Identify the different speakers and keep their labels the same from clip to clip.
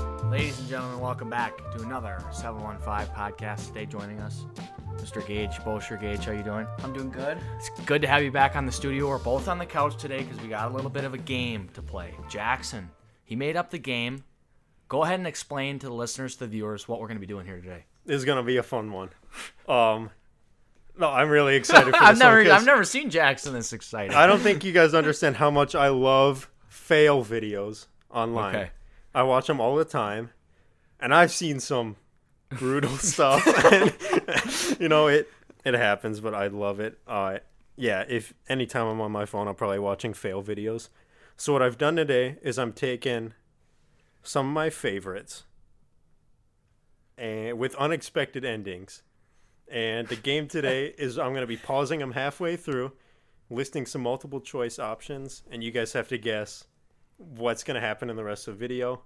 Speaker 1: and gentlemen, welcome back to another 715 podcast. Today, joining us, Mr. Gage Bolsher. Gage, how you doing?
Speaker 2: I'm doing good.
Speaker 1: It's good to have you back on the studio. We're both on the couch today because we got a little bit of a game to play. Jackson, he made up the game. Go ahead and explain to the listeners, to the viewers, what we're going to be doing here today.
Speaker 3: This is gonna be a fun one. Um, no, I'm really excited for this
Speaker 1: I've never,
Speaker 3: one 'cause
Speaker 1: I've never seen Jackson this excited.
Speaker 3: I don't think you guys understand how much I love fail videos online.
Speaker 1: Okay.
Speaker 3: I watch them all the time, and I've seen some brutal stuff. and, you know, it it happens, but I love it. Uh, yeah, if anytime I'm on my phone, I'm probably watching fail videos. So what I've done today is I'm taking some of my favorites, and with unexpected endings. And the game today is I'm going to be pausing them halfway through, listing some multiple choice options, and you guys have to guess what's going to happen in the rest of the video.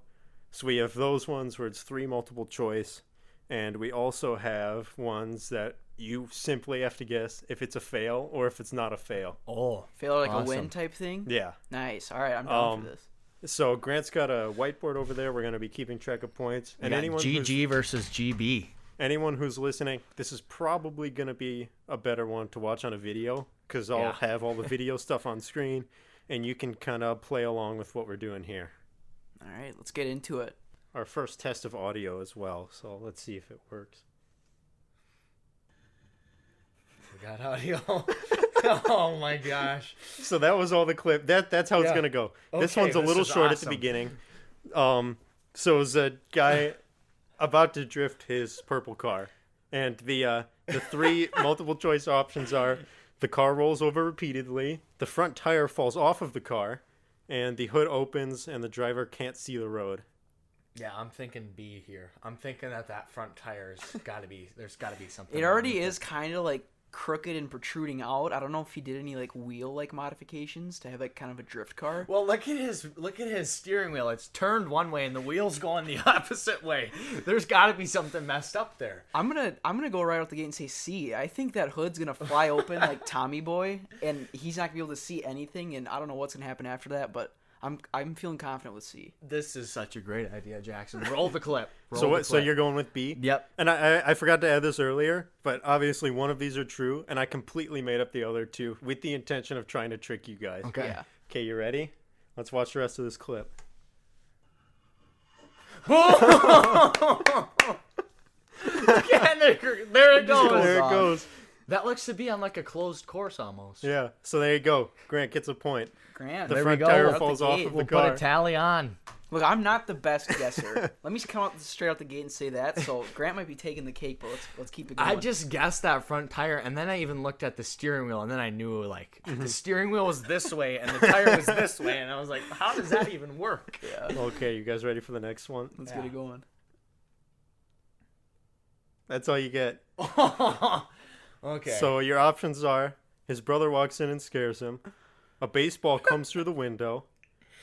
Speaker 3: So we have those ones where it's three multiple choice, and we also have ones that you simply have to guess if it's a fail or if it's not a fail.
Speaker 1: oh,
Speaker 2: Feel like a
Speaker 1: Awesome.
Speaker 2: win type thing.
Speaker 3: Yeah.
Speaker 2: Nice. All right, I'm down
Speaker 3: Um,
Speaker 2: for this.
Speaker 3: So Grant's got a whiteboard over there. We're going to be keeping track of points.
Speaker 1: and
Speaker 3: And anyone who's-
Speaker 1: GG versus GB.
Speaker 3: anyone who's listening, this is probably going to be a better one to watch on a video because I'll
Speaker 1: Yeah.
Speaker 3: have all the video stuff on screen and you can kind of play along with what we're doing here.
Speaker 2: All right, let's get into it.
Speaker 3: Our first test of audio as well, so let's see if it works.
Speaker 1: We got audio. oh my gosh.
Speaker 3: So that was all the clip. That that's how it's
Speaker 1: Yeah.
Speaker 3: going to go. this
Speaker 1: Okay,
Speaker 3: one's a
Speaker 1: this
Speaker 3: little
Speaker 1: is
Speaker 3: short at
Speaker 1: awesome.
Speaker 3: the beginning. Um so it was a guy about to drift his purple car and the uh the three multiple choice options are the car rolls over repeatedly, the front tire falls off of the car, and the hood opens and the driver can't see the road.
Speaker 1: Yeah, I'm thinking B here. I'm thinking that that front tire's got to be. There's got to be something.
Speaker 2: It already is kind of like crooked and protruding out. I don't know if he did any like wheel like modifications to have like kind of a drift car.
Speaker 1: Well, look at his look at his steering wheel. It's turned one way and the wheels going the opposite way. There's got to be something messed up there.
Speaker 2: I'm gonna I'm gonna go right out the gate and say C. I think that hood's gonna fly open like Tommy Boy, and he's not gonna be able to see anything. And I don't know what's gonna happen after that, but I'm I'm feeling confident with C.
Speaker 1: This is such a great idea, Jackson. Roll the clip. Roll
Speaker 3: So
Speaker 1: the
Speaker 3: what? So
Speaker 1: clip.
Speaker 3: you're going with B?
Speaker 1: Yep.
Speaker 3: And I, I I forgot to add this earlier, but obviously one of these are true, and I completely made up the other two with the intention of trying to trick you guys.
Speaker 1: okay.
Speaker 2: Yeah.
Speaker 3: Okay, you ready? Let's watch the rest of this clip.
Speaker 1: Yeah, there, there it
Speaker 2: just
Speaker 1: goes.
Speaker 2: goes
Speaker 3: there it
Speaker 2: off.
Speaker 3: goes.
Speaker 1: That looks to be on like a closed course almost.
Speaker 3: Yeah. So there you go. Grant gets a point.
Speaker 2: Grant,
Speaker 3: The
Speaker 1: There we
Speaker 3: front
Speaker 1: go.
Speaker 3: tire
Speaker 1: Out the
Speaker 3: falls off
Speaker 2: gate.
Speaker 3: of the
Speaker 1: We'll put
Speaker 3: car.
Speaker 1: a tally on.
Speaker 2: Look, I'm not the best guesser. Let me just come out straight out the gate and say that. So Grant might be taking the cake, but let's let's keep it going.
Speaker 1: I just guessed that front tire, and then I even looked at the steering wheel, and then I knew like the steering wheel was this way and the tire was this way, and I was like, how does that even work?
Speaker 3: okay, you guys ready for the next one?
Speaker 2: let's get
Speaker 1: yeah.
Speaker 2: it going.
Speaker 3: That's all you get.
Speaker 1: okay.
Speaker 3: So your options are: his brother walks in and scares him, a baseball comes through the window,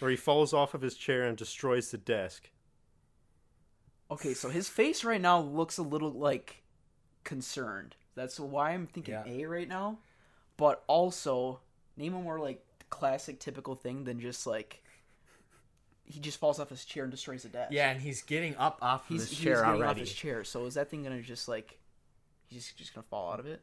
Speaker 3: or he falls off of his chair and destroys the desk.
Speaker 2: Okay, so his face right now looks a little like concerned. That's why I'm thinking
Speaker 1: Yeah.
Speaker 2: A right now. But also, name a more like classic, typical thing than just like he just falls off his chair and destroys the desk.
Speaker 1: yeah, and he's getting up off of
Speaker 2: he's,
Speaker 1: his
Speaker 2: he's
Speaker 1: chair
Speaker 2: getting off
Speaker 1: already.
Speaker 2: his chair. So is that thing gonna just like he's just, just gonna fall out of it?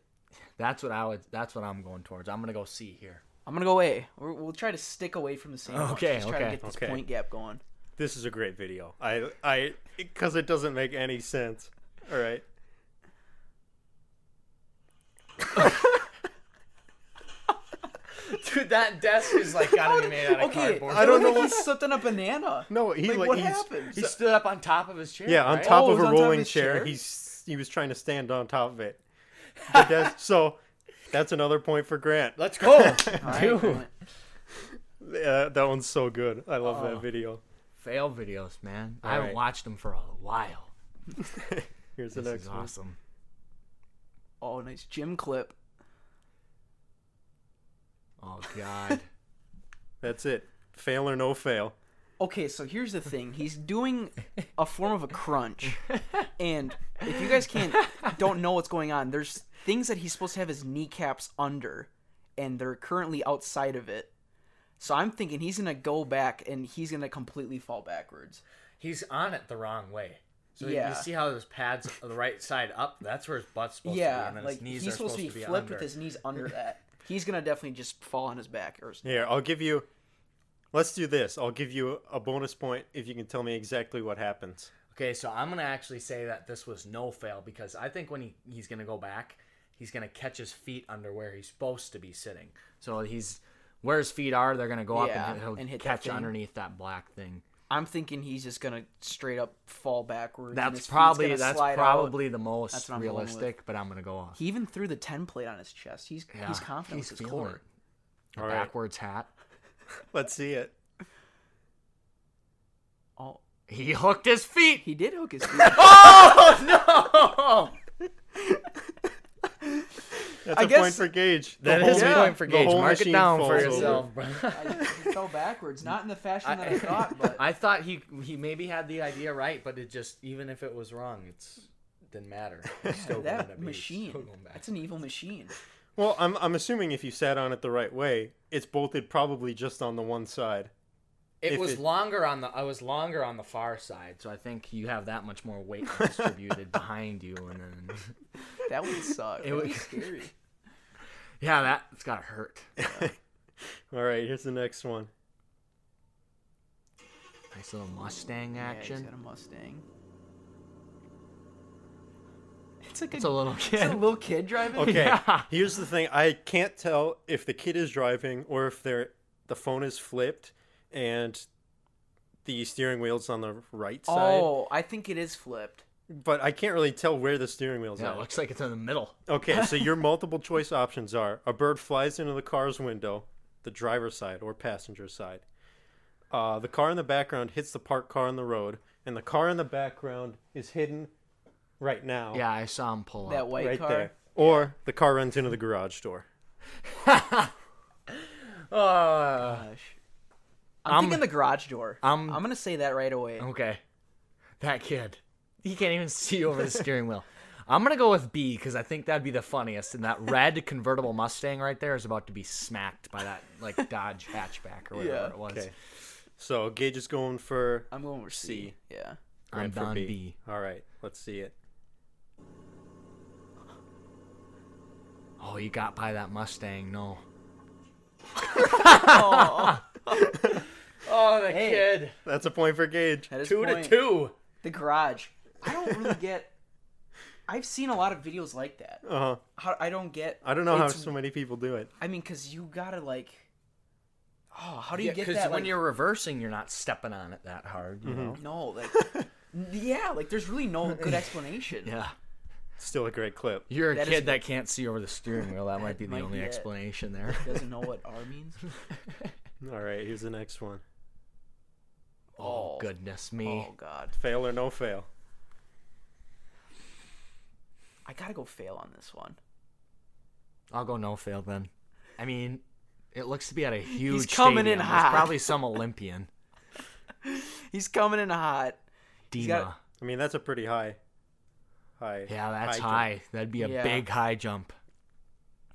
Speaker 1: That's what I would. That's what I'm going towards. I'm gonna go C here.
Speaker 2: I'm gonna go A. We're, we'll try to stick away from the same. one.
Speaker 1: Okay,
Speaker 2: just try to
Speaker 1: okay,
Speaker 2: get this
Speaker 3: okay.
Speaker 2: point gap going.
Speaker 3: This is a great video. I I because it doesn't make any sense. All right.
Speaker 1: Dude, that desk is like gotta be made out of
Speaker 2: okay,
Speaker 1: cardboard.
Speaker 2: I don't know.
Speaker 3: what-
Speaker 2: He slipped on a banana.
Speaker 3: No, he
Speaker 2: Like,
Speaker 3: like,
Speaker 2: what
Speaker 3: he's,
Speaker 2: happened?
Speaker 1: He stood up on top of his chair.
Speaker 3: Yeah, on
Speaker 1: right?
Speaker 3: top
Speaker 2: Oh,
Speaker 3: of
Speaker 2: it was
Speaker 3: a
Speaker 2: on top of
Speaker 3: rolling
Speaker 2: his
Speaker 3: chair.
Speaker 2: chair?
Speaker 3: He's he was trying to stand on top of it. But that's- so that's another point for Grant.
Speaker 1: Let's go.
Speaker 2: All right,
Speaker 1: Dude,
Speaker 2: Grant.
Speaker 3: Uh, that one's so good. I love
Speaker 2: Oh.
Speaker 3: that video.
Speaker 1: fail videos, man. I
Speaker 3: All
Speaker 1: haven't
Speaker 3: right.
Speaker 1: watched them for a while.
Speaker 3: Here's the
Speaker 1: This
Speaker 3: next
Speaker 1: is
Speaker 3: one.
Speaker 1: awesome.
Speaker 2: Oh, nice gym clip.
Speaker 1: Oh God.
Speaker 3: That's it. Fail or no fail.
Speaker 2: Okay, so here's the thing. He's doing a form of a crunch. And if you guys can't don't know what's going on, there's things that he's supposed to have his kneecaps under and they're currently outside of it. So I'm thinking he's going to go back and he's going to completely fall backwards.
Speaker 1: He's on it the wrong way.
Speaker 4: So you-
Speaker 2: Yeah.
Speaker 4: you see how his pads on the right side up? That's where his butt's supposed to be,
Speaker 2: yeah,
Speaker 4: and then
Speaker 2: like
Speaker 4: his knees
Speaker 2: he's
Speaker 4: are
Speaker 2: supposed to be flipped
Speaker 4: under.
Speaker 2: with his knees under that. He's gonna definitely just fall on his back or something.
Speaker 3: Here, I'll give you. Let's do this. I'll give you a bonus point if you can tell me exactly what happens.
Speaker 4: Okay, so I'm gonna actually say that this was no fail because I think when he, he's gonna go back, he's gonna catch his feet under where he's supposed to be sitting.
Speaker 1: So he's where his feet are, they're gonna go up
Speaker 2: Yeah,
Speaker 1: and he'll
Speaker 2: and hit that
Speaker 1: catch
Speaker 2: thing.
Speaker 1: underneath that black thing.
Speaker 2: I'm thinking he's just gonna straight up fall backwards. and his
Speaker 1: That's
Speaker 2: feet's
Speaker 1: probably
Speaker 2: gonna
Speaker 1: that's
Speaker 2: slide out.
Speaker 1: probably the most
Speaker 2: That's what I'm going with.
Speaker 1: realistic, but I'm gonna go off.
Speaker 2: He even threw the ten plate on his chest. He's
Speaker 1: Yeah,
Speaker 2: he's confident
Speaker 1: he's
Speaker 2: with his
Speaker 1: feeling
Speaker 2: core.
Speaker 1: it. A
Speaker 3: All right.
Speaker 1: backwards hat.
Speaker 3: Let's see it.
Speaker 2: Oh,
Speaker 1: He hooked his feet.
Speaker 2: he did hook his feet.
Speaker 4: Oh,
Speaker 3: That's
Speaker 2: I
Speaker 3: a point
Speaker 2: guess-
Speaker 3: for Gage.
Speaker 4: that
Speaker 3: The
Speaker 4: is
Speaker 3: whole-
Speaker 4: a point for
Speaker 3: the
Speaker 4: Gage.
Speaker 3: whole
Speaker 1: Mark it
Speaker 3: machine
Speaker 1: down for
Speaker 3: falls over.
Speaker 1: yourself.
Speaker 4: bro.
Speaker 2: I, he fell backwards, not in the fashion that I,
Speaker 4: I-
Speaker 2: thought, but
Speaker 4: I thought he he maybe had the idea right, but it just even if it was wrong, it's didn't matter. It's still gonna
Speaker 2: that
Speaker 4: be- it's still
Speaker 2: machine.
Speaker 4: going back.
Speaker 2: That's an evil machine.
Speaker 3: Well, I'm I'm assuming if you sat on it the right way, it's bolted probably just on the one side.
Speaker 4: It
Speaker 3: if
Speaker 4: was
Speaker 3: it-
Speaker 4: longer on the I was longer on the far side.
Speaker 1: So I think you have that much more weight distributed behind you, and then
Speaker 2: That would suck. It would
Speaker 1: would-
Speaker 2: be scary.
Speaker 1: yeah, that's gotta hurt.
Speaker 3: All right, here's the next one.
Speaker 1: Nice little Mustang
Speaker 2: Yeah, he's
Speaker 1: action.
Speaker 2: got a Mustang. It's like a,
Speaker 1: it's a little
Speaker 2: it's
Speaker 1: kid.
Speaker 2: a little kid driving.
Speaker 3: Okay,
Speaker 1: Yeah.
Speaker 3: here's the thing. I can't tell if the kid is driving or if they the phone is flipped and the steering wheel's on the right side.
Speaker 2: Oh, I think it is flipped.
Speaker 3: But I can't really tell where the steering wheel's
Speaker 1: Yeah,
Speaker 3: at.
Speaker 1: it looks like it's in the middle.
Speaker 3: Okay, so your multiple choice options are a bird flies into the car's window, the driver's side or passenger side. Uh, the car in the background hits the parked car on the road, and the car in the background is hidden right now.
Speaker 1: Yeah, I saw him pull
Speaker 2: That
Speaker 1: up.
Speaker 2: white
Speaker 3: right
Speaker 2: car.
Speaker 3: there. Or the car runs into the garage door.
Speaker 1: Uh,
Speaker 2: Gosh. I'm,
Speaker 1: I'm-
Speaker 2: thinking the garage door.
Speaker 1: I'm-
Speaker 2: I'm gonna say that right away.
Speaker 1: okay, that kid. He can't even see over the steering wheel. I'm gonna go with B because I think that'd be the funniest. And that red convertible Mustang right there is about to be smacked by that like Dodge hatchback or whatever
Speaker 2: Yeah.
Speaker 1: it was.
Speaker 3: Okay. So Gage is going for
Speaker 2: I'm going with C. Yeah.
Speaker 1: I'm
Speaker 3: for
Speaker 1: Don B.
Speaker 3: All right, let's see it.
Speaker 1: Oh, you got by that Mustang. No,
Speaker 4: Oh, the kid.
Speaker 3: That's a point for Gage.
Speaker 2: That is
Speaker 4: Two
Speaker 2: point.
Speaker 4: to two.
Speaker 2: The garage. I don't really get. I've seen a lot of videos like that.
Speaker 3: Uh huh.
Speaker 2: How, I don't get.
Speaker 3: I don't know how
Speaker 2: it's-
Speaker 3: so many people do it.
Speaker 2: I mean, cause you gotta like. Oh, how do you
Speaker 1: Yeah,
Speaker 2: get that?
Speaker 1: when
Speaker 2: like- Mm-hmm.
Speaker 1: you're reversing, you're not stepping on it that hard. You know?
Speaker 2: no, like, yeah, like there's really no good explanation.
Speaker 1: Yeah,
Speaker 3: Still a great clip.
Speaker 1: you're a
Speaker 2: That is-
Speaker 1: kid that can't see over the steering wheel. That might be the
Speaker 2: might
Speaker 1: only
Speaker 2: be it.
Speaker 1: explanation there.
Speaker 2: Doesn't know what R means.
Speaker 3: All right, here's the next one.
Speaker 1: Oh
Speaker 2: Oh.
Speaker 1: goodness me!
Speaker 2: Oh God,
Speaker 3: Fail or no fail.
Speaker 2: I gotta go fail on this one.
Speaker 1: I'll go no fail then. I mean, it looks to be at a huge.
Speaker 2: coming in
Speaker 1: stadium. There's
Speaker 2: hot.
Speaker 1: Probably some Olympian.
Speaker 2: He's coming in hot.
Speaker 1: Dima.
Speaker 2: got-
Speaker 3: I mean, that's a pretty high. High.
Speaker 1: yeah, that's
Speaker 3: jump.
Speaker 1: high. That'd be a
Speaker 2: Yeah.
Speaker 1: big high jump.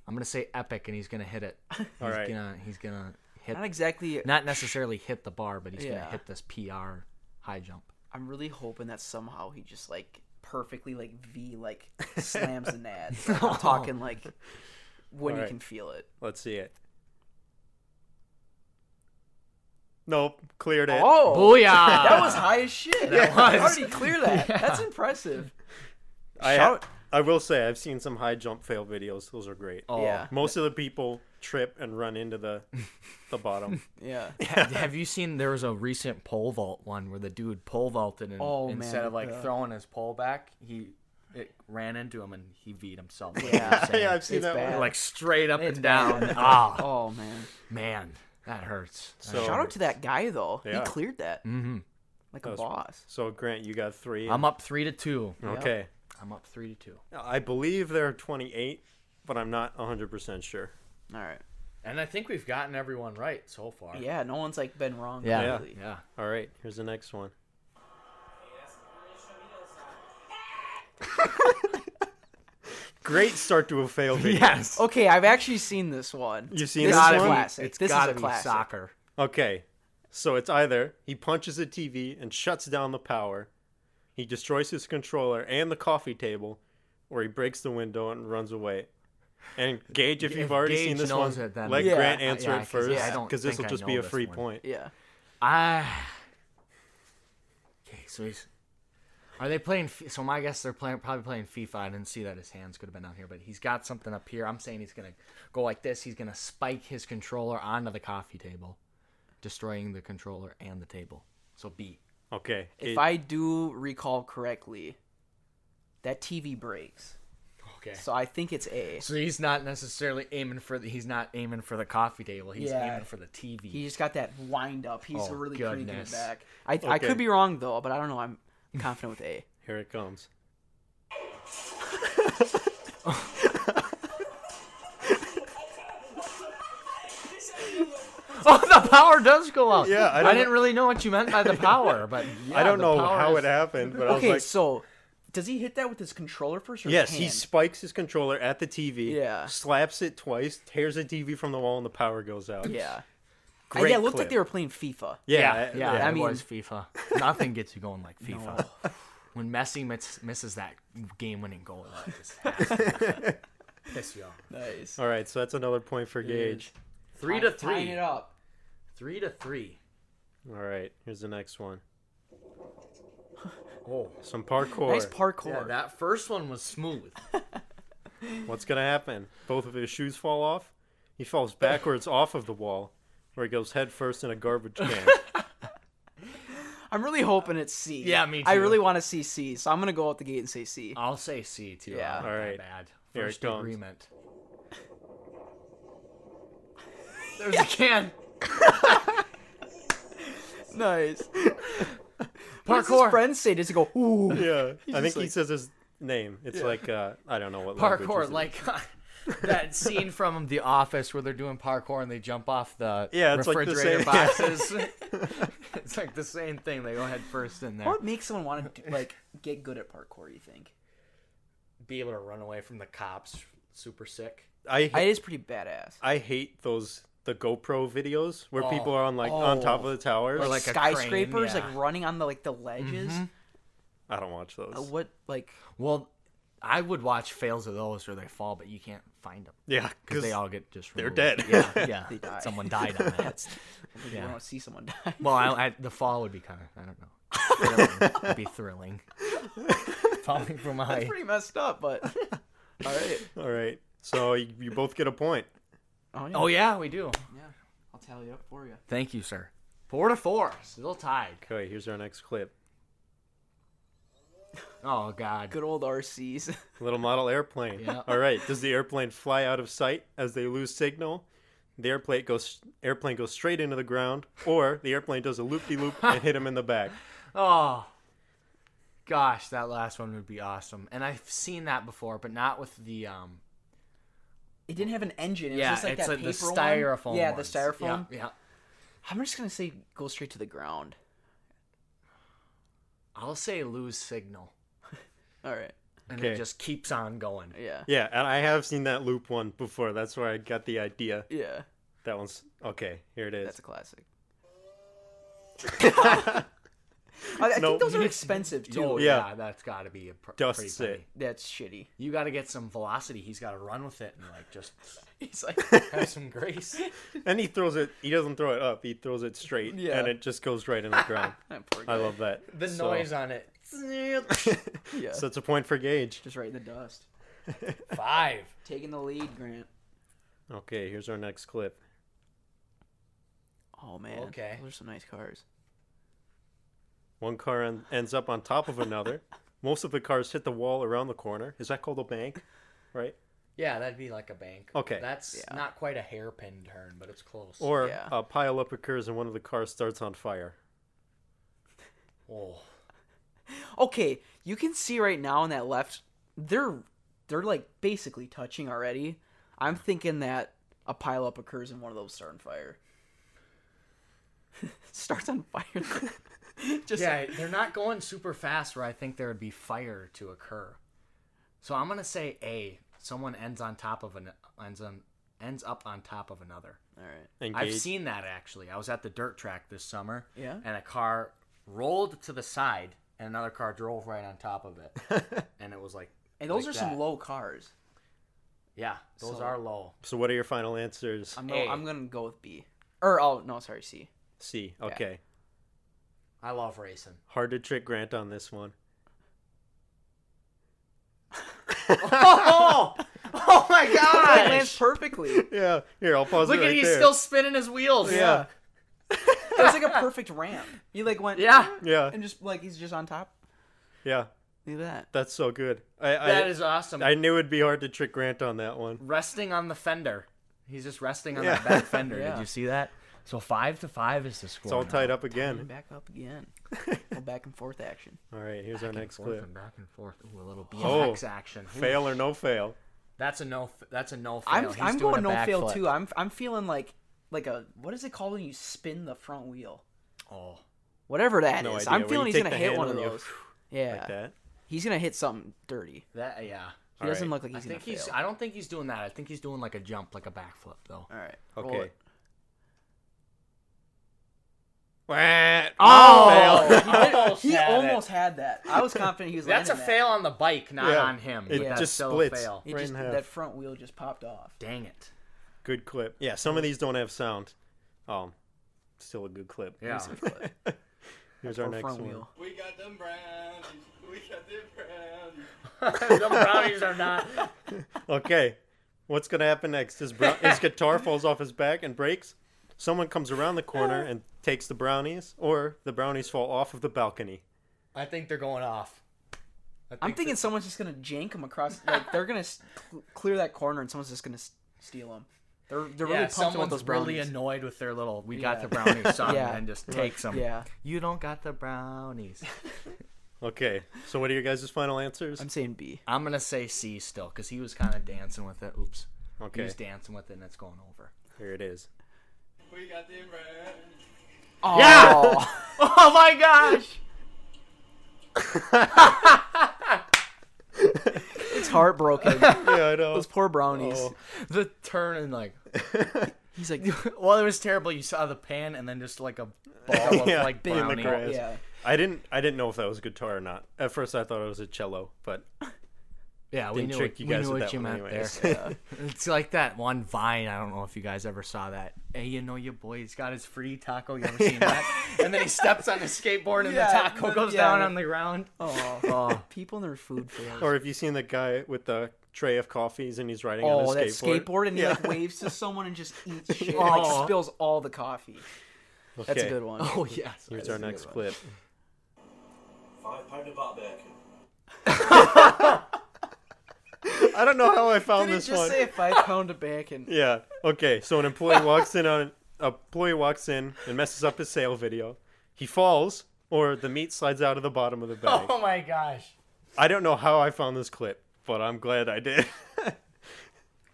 Speaker 1: I'm gonna say epic, and he's gonna hit it. He's
Speaker 3: All right.
Speaker 1: gonna he's gonna hit
Speaker 2: Not exactly.
Speaker 1: not necessarily hit the bar, but he's
Speaker 2: Yeah.
Speaker 1: gonna hit this PR high jump.
Speaker 2: I'm really hoping that somehow he just like perfectly like V like slams the net. I'm
Speaker 1: Oh.
Speaker 2: talking like when you
Speaker 3: Alright.
Speaker 2: can feel it.
Speaker 3: Let's see it. Nope, cleared it.
Speaker 2: Oh,
Speaker 1: Booyah!
Speaker 2: that was high as shit. How
Speaker 1: was.
Speaker 2: did he clear that? That's impressive.
Speaker 3: I,
Speaker 2: shout-
Speaker 3: I will say I've seen some high jump fail videos. Those are great.
Speaker 1: Oh.
Speaker 2: Yeah,
Speaker 3: Most of the people trip and run into the the bottom.
Speaker 2: yeah.
Speaker 1: Have have you seen there was a recent pole vault one where the dude pole vaulted and
Speaker 2: Oh,
Speaker 1: instead
Speaker 2: man,
Speaker 1: of like
Speaker 2: yeah.
Speaker 1: throwing his pole back, he it ran into him and he beat himself. like you
Speaker 2: Yeah.
Speaker 1: were saying.
Speaker 3: yeah, I've seen
Speaker 2: It's
Speaker 3: that
Speaker 2: bad.
Speaker 3: one.
Speaker 1: like straight up
Speaker 2: It's
Speaker 1: and down.
Speaker 2: bad.
Speaker 1: Ah,
Speaker 2: Oh man.
Speaker 1: man, that hurts.
Speaker 3: So-
Speaker 2: Shout out to that guy though.
Speaker 3: Yeah.
Speaker 2: He cleared that
Speaker 1: Mm-hmm.
Speaker 2: like a
Speaker 3: was-
Speaker 2: boss.
Speaker 3: So Grant, you got three.
Speaker 1: I'm up three to two.
Speaker 3: okay.
Speaker 1: I'm up three to two.
Speaker 3: I believe there are 28, but I'm not 100 percent sure.
Speaker 2: All right.
Speaker 4: And I think we've gotten everyone right so far.
Speaker 2: Yeah, no one's like been wrong.
Speaker 1: Yeah,
Speaker 2: completely.
Speaker 1: yeah.
Speaker 3: All right, here's the next one. Great start to a fail video.
Speaker 1: Yes.
Speaker 2: Okay, I've actually seen this one.
Speaker 3: You've seen
Speaker 2: This
Speaker 3: this
Speaker 2: is
Speaker 3: one?
Speaker 2: classic.
Speaker 1: It's
Speaker 2: this is
Speaker 1: gotta
Speaker 2: a
Speaker 1: be
Speaker 2: classic.
Speaker 1: soccer.
Speaker 3: Okay, so it's either he punches a TV and shuts down the power, He destroys his controller and the coffee table, or he breaks the window and runs away. And Gage, if,
Speaker 1: If
Speaker 3: you've already seen
Speaker 1: Gage
Speaker 3: this
Speaker 1: knows
Speaker 3: one,
Speaker 1: it, then-
Speaker 3: let
Speaker 2: Yeah.
Speaker 3: Grant
Speaker 1: Uh,
Speaker 3: answer
Speaker 1: yeah,
Speaker 3: it
Speaker 1: 'cause,
Speaker 3: first,
Speaker 1: yeah,
Speaker 3: because
Speaker 1: I don't
Speaker 3: this
Speaker 1: think
Speaker 3: will
Speaker 1: I
Speaker 3: just
Speaker 1: know
Speaker 3: be a
Speaker 1: this
Speaker 3: free
Speaker 1: one.
Speaker 3: point.
Speaker 2: Yeah.
Speaker 1: Ah. Okay, so he's. Are they playing? Fi- So my guess they're playing, probably playing FIFA. I didn't see that his hands could have been out here, but he's got something up here. I'm saying he's gonna go like this. He's gonna spike his controller onto the coffee table, destroying the controller and the table. So B.
Speaker 3: Okay,
Speaker 2: If
Speaker 3: Gage-
Speaker 2: I do recall correctly, that TV breaks.
Speaker 3: Eh.
Speaker 1: Okay.
Speaker 2: So I think it's A.
Speaker 1: So he's not necessarily aiming for the. He's not aiming for the coffee table. He's
Speaker 2: Yeah.
Speaker 1: aiming for the TV.
Speaker 2: He just got that wind up. He's
Speaker 1: Oh,
Speaker 2: really creeping it
Speaker 1: goodness.
Speaker 2: back. I, I
Speaker 3: Okay.
Speaker 2: could be wrong though, but I don't know. I'm confident with A.
Speaker 3: here it comes.
Speaker 1: oh, the power does go out.
Speaker 3: Yeah, I
Speaker 1: I,
Speaker 3: don't-
Speaker 1: didn't really know what you meant by the power, but
Speaker 3: I don't know how
Speaker 1: it
Speaker 3: it happened, but I was
Speaker 2: Okay,
Speaker 3: like,
Speaker 2: so does he hit that with his controller first or
Speaker 3: yes,
Speaker 2: his
Speaker 3: he
Speaker 2: hand?
Speaker 3: spikes his controller at the TV,
Speaker 2: Yeah.
Speaker 3: slaps it twice, tears the TV from the wall, and the power goes out.
Speaker 2: Yeah. I-
Speaker 3: Great
Speaker 2: yeah, it looked
Speaker 3: clip.
Speaker 2: like they were playing FIFA.
Speaker 1: Yeah,
Speaker 3: yeah,
Speaker 1: yeah,
Speaker 2: I
Speaker 1: it
Speaker 2: mean-
Speaker 1: was FIFA. Nothing gets you going like FIFA. When Messi miss, misses that game-winning goal, that just has to
Speaker 4: Piss you off.
Speaker 2: Nice.
Speaker 3: All right, so that's another point for Gage.
Speaker 4: Three to
Speaker 2: Tying it
Speaker 4: three.
Speaker 2: up.
Speaker 4: Three to three.
Speaker 3: All right, here's the next one.
Speaker 4: Oh,
Speaker 3: Some parkour.
Speaker 2: Nice parkour.
Speaker 4: yeah, that first one was smooth.
Speaker 3: What's gonna happen? Both of his shoes fall off. He falls backwards off of the wall, where he goes headfirst in a garbage can.
Speaker 2: I'm really hoping it's C.
Speaker 1: Yeah, me
Speaker 2: I
Speaker 1: too. Uh,
Speaker 2: really want to see C, so I'm gonna go out the gate and say C.
Speaker 1: I'll say C too.
Speaker 2: Yeah.
Speaker 1: Yeah, all
Speaker 3: Alright.
Speaker 1: right. Bad.
Speaker 3: Here it
Speaker 1: First
Speaker 3: comes.
Speaker 1: agreement. There's a can.
Speaker 2: Nice. What does his
Speaker 1: Parkour.
Speaker 2: friends say? Does he go? Ooh.
Speaker 3: yeah, I think
Speaker 2: just
Speaker 3: he
Speaker 2: like-
Speaker 3: says his name. It's like uh, I don't know what language is
Speaker 1: Parkour,
Speaker 3: it.
Speaker 1: like uh, that scene from The Office where they're doing parkour and they jump off the
Speaker 3: Yeah, it's like the
Speaker 1: refrigerator
Speaker 3: same-
Speaker 1: boxes. it's like the same thing. They go head first in there.
Speaker 2: What makes someone want to like get good at parkour? You think?
Speaker 4: Be able to run away from the cops. Super sick.
Speaker 3: I
Speaker 2: It is pretty badass.
Speaker 3: I hate those the GoPro videos where people are on like on
Speaker 2: Oh.
Speaker 3: top of the towers.
Speaker 1: Or like a crane,
Speaker 2: Skyscrapers
Speaker 1: yeah. Mm-hmm.
Speaker 2: like running on the like the ledges.
Speaker 3: I don't watch those.
Speaker 2: Uh, what like?
Speaker 1: Well, I would watch fails of those where they fall, but you can't find them.
Speaker 3: yeah,
Speaker 1: because they all get just
Speaker 3: they're
Speaker 1: removed.
Speaker 3: dead.
Speaker 1: Yeah, yeah.
Speaker 2: They die.
Speaker 1: Someone died on that.
Speaker 2: That's you want to see someone die.
Speaker 1: well, I, I, the fall would be kind of I don't know. Thrilling. It'd be thrilling. Falling from a
Speaker 2: That's
Speaker 1: height.
Speaker 2: pretty messed up, but all right.
Speaker 3: all right. So you, you both get a point.
Speaker 2: Oh yeah.
Speaker 1: Oh yeah, we do.
Speaker 2: yeah. I'll tally up for you.
Speaker 1: Thank you, sir. Four to four, still tied.
Speaker 3: Okay, here's our next clip.
Speaker 1: Oh God.
Speaker 2: Good old RCs.
Speaker 3: Little model airplane.
Speaker 1: Yeah.
Speaker 3: All right. Does the airplane fly out of sight as they lose signal? The airplane goes airplane goes straight into the ground, or the airplane does a loop de loop and hit him in the back.
Speaker 1: Oh. Gosh, that last one would be awesome. And I've seen that before, but not with the um.
Speaker 2: It didn't have an engine. It
Speaker 1: yeah,
Speaker 2: was just like
Speaker 1: it's like
Speaker 2: that
Speaker 1: the
Speaker 2: paper one.
Speaker 1: styrofoam.
Speaker 2: Yeah,
Speaker 1: ones.
Speaker 2: the styrofoam.
Speaker 1: Yeah, yeah.
Speaker 2: I'm just gonna say go straight to the ground.
Speaker 1: I'll say lose signal,
Speaker 2: All right.
Speaker 1: and
Speaker 3: Okay.
Speaker 1: it just keeps on going.
Speaker 2: Yeah.
Speaker 3: Yeah, and I have seen that loop one before. That's where I got the idea.
Speaker 2: Yeah.
Speaker 3: That one's okay. Here it
Speaker 2: That's
Speaker 3: is.
Speaker 2: a classic. I, I
Speaker 3: No.
Speaker 2: think those are expensive too.
Speaker 1: Oh
Speaker 3: Yeah.
Speaker 1: yeah, that's got to be a pr-
Speaker 3: Dust
Speaker 1: pretty
Speaker 3: set.
Speaker 1: penny.
Speaker 2: That's shitty.
Speaker 1: You got to get some velocity. He's got to run with it and like just
Speaker 2: He's like,
Speaker 1: have some grace.
Speaker 3: And he throws it. He doesn't throw it up. He throws it straight,
Speaker 2: Yeah.
Speaker 3: and it just goes right in the ground.
Speaker 2: that poor guy.
Speaker 3: I love that.
Speaker 1: The
Speaker 3: So-
Speaker 1: noise on it.
Speaker 2: Yeah.
Speaker 3: So it's a point for Gage.
Speaker 2: Just right in the dust.
Speaker 1: Five.
Speaker 2: Taking the lead, Grant.
Speaker 3: Okay, here's our next clip.
Speaker 2: Oh man.
Speaker 1: Okay.
Speaker 2: Those are some nice cars.
Speaker 3: One car en- ends up on top of another. Most of the cars hit the wall around the corner. Is that called a bank? Right?
Speaker 1: Yeah, that'd be like a bank.
Speaker 3: Okay.
Speaker 1: That's
Speaker 2: Yeah.
Speaker 1: not quite a hairpin turn, but it's close.
Speaker 3: Or
Speaker 2: Yeah.
Speaker 3: a pile up occurs and one of the cars starts on fire.
Speaker 1: oh,
Speaker 2: Okay, you can see right now on that left, they're they're like basically touching already. I'm thinking that a pileup occurs and one of those start on fire. Starts on fire. Just
Speaker 1: yeah, they're not going super fast where I think there would be fire to occur. So I'm gonna say A. Someone ends on top of an ends on ends up on top of another.
Speaker 2: all right.
Speaker 3: And Gage,
Speaker 1: I've seen that actually. I was at the dirt track this summer.
Speaker 2: Yeah?
Speaker 1: And a car rolled to the side and another car drove right on top of it, and it was like.
Speaker 2: And those
Speaker 1: like
Speaker 2: are some
Speaker 1: that.
Speaker 2: low cars.
Speaker 1: Yeah, those
Speaker 2: So-
Speaker 1: are low.
Speaker 3: So what are your final answers?
Speaker 2: I'm gonna,
Speaker 1: A.
Speaker 2: I'm gonna go with B. Or oh no, sorry, C.
Speaker 3: C. Okay.
Speaker 1: I love racing.
Speaker 3: Hard to trick Grant on this one.
Speaker 1: oh, oh my
Speaker 2: That lands
Speaker 1: gosh!
Speaker 2: perfectly.
Speaker 3: Yeah. Here, I'll pause
Speaker 1: Look
Speaker 3: it right
Speaker 1: at he's
Speaker 3: there.
Speaker 1: still spinning his wheels.
Speaker 3: Yeah.
Speaker 2: It was like a perfect ramp. You like went
Speaker 1: Yeah.
Speaker 3: Yeah.
Speaker 2: and just like he's just on top.
Speaker 3: Yeah.
Speaker 2: Look at that.
Speaker 3: That's so good. I I,
Speaker 1: That is awesome.
Speaker 3: I knew it'd be hard to trick Grant on that one.
Speaker 1: resting on the fender.
Speaker 5: He's just resting on
Speaker 3: Yeah.
Speaker 5: that back fender.
Speaker 2: Yeah.
Speaker 5: Did you see that? So five to five is the score.
Speaker 3: It's all
Speaker 5: now.
Speaker 3: tied up
Speaker 2: And
Speaker 3: again.
Speaker 2: back up again. Little back and forth action.
Speaker 3: All right, here's our next
Speaker 5: Forth
Speaker 3: clip.
Speaker 5: and back and forth. Ooh, a little
Speaker 3: Oh.
Speaker 5: BMX action. Ooh.
Speaker 3: Fail or no fail.
Speaker 1: That's a no. That's a no fail.
Speaker 2: I'm
Speaker 1: He's
Speaker 2: I'm
Speaker 1: doing
Speaker 2: going
Speaker 1: a
Speaker 2: no fail
Speaker 5: backflip.
Speaker 2: too. I'm I'm feeling like like a what is it called when you spin the front wheel?
Speaker 1: Oh,
Speaker 2: Whatever that
Speaker 3: No
Speaker 2: is.
Speaker 3: idea.
Speaker 2: I'm
Speaker 3: When
Speaker 2: feeling
Speaker 3: you
Speaker 2: he's
Speaker 3: take
Speaker 2: gonna
Speaker 3: the
Speaker 2: hit
Speaker 3: hand
Speaker 2: one of
Speaker 3: and you-
Speaker 2: those. Yeah.
Speaker 3: Like that.
Speaker 2: He's gonna hit something dirty.
Speaker 1: that yeah.
Speaker 2: He
Speaker 3: All
Speaker 2: doesn't
Speaker 3: right.
Speaker 2: look like
Speaker 1: I
Speaker 2: he's gonna
Speaker 1: think he's.
Speaker 2: fail.
Speaker 1: I don't think he's doing that. I think he's doing like a jump, like a backflip though.
Speaker 2: All right. roll
Speaker 3: Okay.
Speaker 2: it.
Speaker 3: Wah.
Speaker 1: Oh,
Speaker 3: Fail.
Speaker 1: he almost
Speaker 2: He
Speaker 1: had it.
Speaker 2: almost had that. I was confident he was.
Speaker 1: That's a
Speaker 2: landing that.
Speaker 1: fail on the bike, not
Speaker 3: Yeah.
Speaker 1: on him.
Speaker 3: It
Speaker 1: but that's
Speaker 3: just
Speaker 1: still
Speaker 3: splits.
Speaker 1: A fail.
Speaker 2: It
Speaker 3: Right
Speaker 2: just
Speaker 3: in half.
Speaker 2: that front wheel just popped off.
Speaker 1: Dang it.
Speaker 3: Good clip. Yeah, some of these don't have sound. Um, still a good clip.
Speaker 1: Yeah.
Speaker 3: Here's our
Speaker 2: Or
Speaker 3: next
Speaker 2: front
Speaker 3: one.
Speaker 2: wheel.
Speaker 6: We got them brownies. We got them brownies.
Speaker 1: Them brownies are not.
Speaker 3: Okay, what's gonna happen next? His bro- his guitar falls off his back and breaks. Someone comes around the corner and takes the brownies, or the brownies fall off of the balcony.
Speaker 1: I think they're going off. I
Speaker 2: I'm thinking someone's just gonna jank him across. Like they're gonna s- cl- clear that corner, and someone's just gonna s- steal him. They're they're
Speaker 1: yeah,
Speaker 2: really pumped about
Speaker 1: someone's
Speaker 2: those brownies.
Speaker 1: really annoyed with their little "we
Speaker 2: Yeah.
Speaker 1: got the brownies" song
Speaker 2: Yeah.
Speaker 1: and just takes them.
Speaker 2: yeah,
Speaker 5: You don't got the brownies.
Speaker 3: Okay, so what are your guys' final answers?
Speaker 2: I'm saying B.
Speaker 1: I'm gonna say C still because he was kind of dancing with it. Oops, he
Speaker 3: Okay,
Speaker 1: was dancing with it and it's going over.
Speaker 3: here it is.
Speaker 6: We got them brownies.
Speaker 2: Oh,
Speaker 1: Oh my gosh!
Speaker 2: it's heartbroken.
Speaker 3: Yeah, I know.
Speaker 2: those poor brownies.
Speaker 3: Oh.
Speaker 1: The turn and like,
Speaker 2: He's like,
Speaker 1: well, it was terrible. You saw the pan and then just like a ball of
Speaker 3: Yeah,
Speaker 1: like
Speaker 3: in the
Speaker 1: brownie.
Speaker 3: grass.
Speaker 2: yeah,
Speaker 3: I didn't. I didn't know if that was a guitar or not. At first, I thought it was a cello, but
Speaker 1: Yeah, we
Speaker 3: didn't
Speaker 1: knew
Speaker 3: trick
Speaker 1: what,
Speaker 3: you
Speaker 1: we
Speaker 3: guys
Speaker 1: knew
Speaker 3: with
Speaker 1: what
Speaker 3: that
Speaker 1: you
Speaker 3: one
Speaker 1: meant
Speaker 3: anyways.
Speaker 1: there. It's like that one Vine. I don't know if you guys ever saw that. Hey, you know your boy's got his free taco. You ever seen that? And then he steps on his skateboard and
Speaker 2: Yeah,
Speaker 1: the taco
Speaker 2: the-
Speaker 1: goes
Speaker 2: yeah.
Speaker 1: down on the ground.
Speaker 2: oh, people and their food fails.
Speaker 3: Or have you seen the guy with the tray of coffees and he's riding on
Speaker 2: Oh,
Speaker 3: his
Speaker 2: that
Speaker 3: skateboard?
Speaker 2: skateboard, and he like waves to someone and just eats shit, and, like
Speaker 1: Oh.
Speaker 2: spills all the coffee.
Speaker 3: Okay.
Speaker 2: That's a good one.
Speaker 1: Oh yes.
Speaker 3: Here's our next clip.
Speaker 6: Five pound of bacon.
Speaker 3: I don't know how I found
Speaker 2: Did it
Speaker 3: this
Speaker 2: just
Speaker 3: one.
Speaker 2: say a five pound of bacon?
Speaker 3: Yeah. Okay. So an employee walks in on a employee walks in and messes up his sale video. He falls, or the meat slides out of the bottom of the bag.
Speaker 1: Oh my gosh.
Speaker 3: I don't know how I found this clip, but I'm glad I did.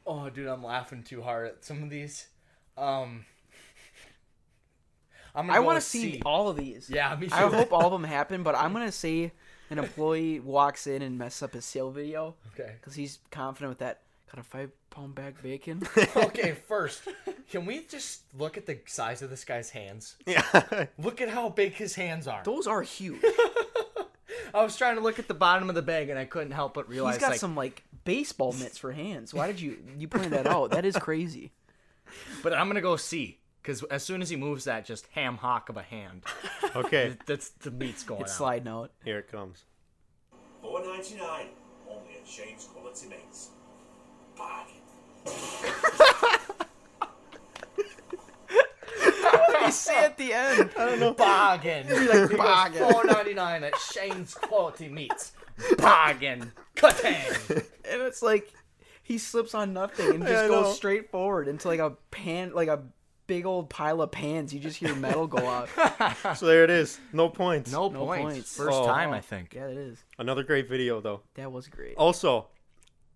Speaker 1: Oh, dude, I'm laughing too hard at some of these. Um, I'm gonna
Speaker 2: I
Speaker 1: go
Speaker 2: want
Speaker 1: with
Speaker 2: to see
Speaker 1: C.
Speaker 2: all of these.
Speaker 1: Yeah, me too.
Speaker 2: I hope all of them happen, but I'm gonna say an employee walks in and messes up his sale video
Speaker 1: Okay.
Speaker 2: because he's confident with that. Got a five pound bag bacon.
Speaker 1: Okay, first, can we just look at the size of this guy's hands?
Speaker 3: yeah.
Speaker 1: Look at how big his hands are.
Speaker 2: Those are huge.
Speaker 1: I was trying to look at the bottom of the bag and I couldn't help but realize
Speaker 2: He's got
Speaker 1: like,
Speaker 2: some like baseball mitts for hands. Why did you you pointed that out? That is crazy.
Speaker 1: but I'm gonna go C because as soon as he moves that, just ham hock of a hand.
Speaker 3: Okay.
Speaker 1: That's the meat's going
Speaker 2: It's
Speaker 1: out.
Speaker 2: slide note.
Speaker 3: Here it comes.
Speaker 6: Four ninety nine. Only at Shane's Quality Mates. Bargain.
Speaker 2: You say at the end.
Speaker 1: bargain. like bargain. Four ninety nine at Shane's Quality Meats. Bargain. Cutting.
Speaker 2: and it's like he slips on nothing and
Speaker 3: Yeah,
Speaker 2: just
Speaker 3: I know.
Speaker 2: goes straight forward into like a pan, like a big old pile of pans. You just hear metal go out.
Speaker 3: So there it is. No points.
Speaker 5: No,
Speaker 2: No
Speaker 5: points.
Speaker 2: points.
Speaker 5: First
Speaker 3: Oh.
Speaker 5: time, I think. Oh,
Speaker 2: yeah, it is.
Speaker 3: Another great video though.
Speaker 2: That was great.
Speaker 3: Also,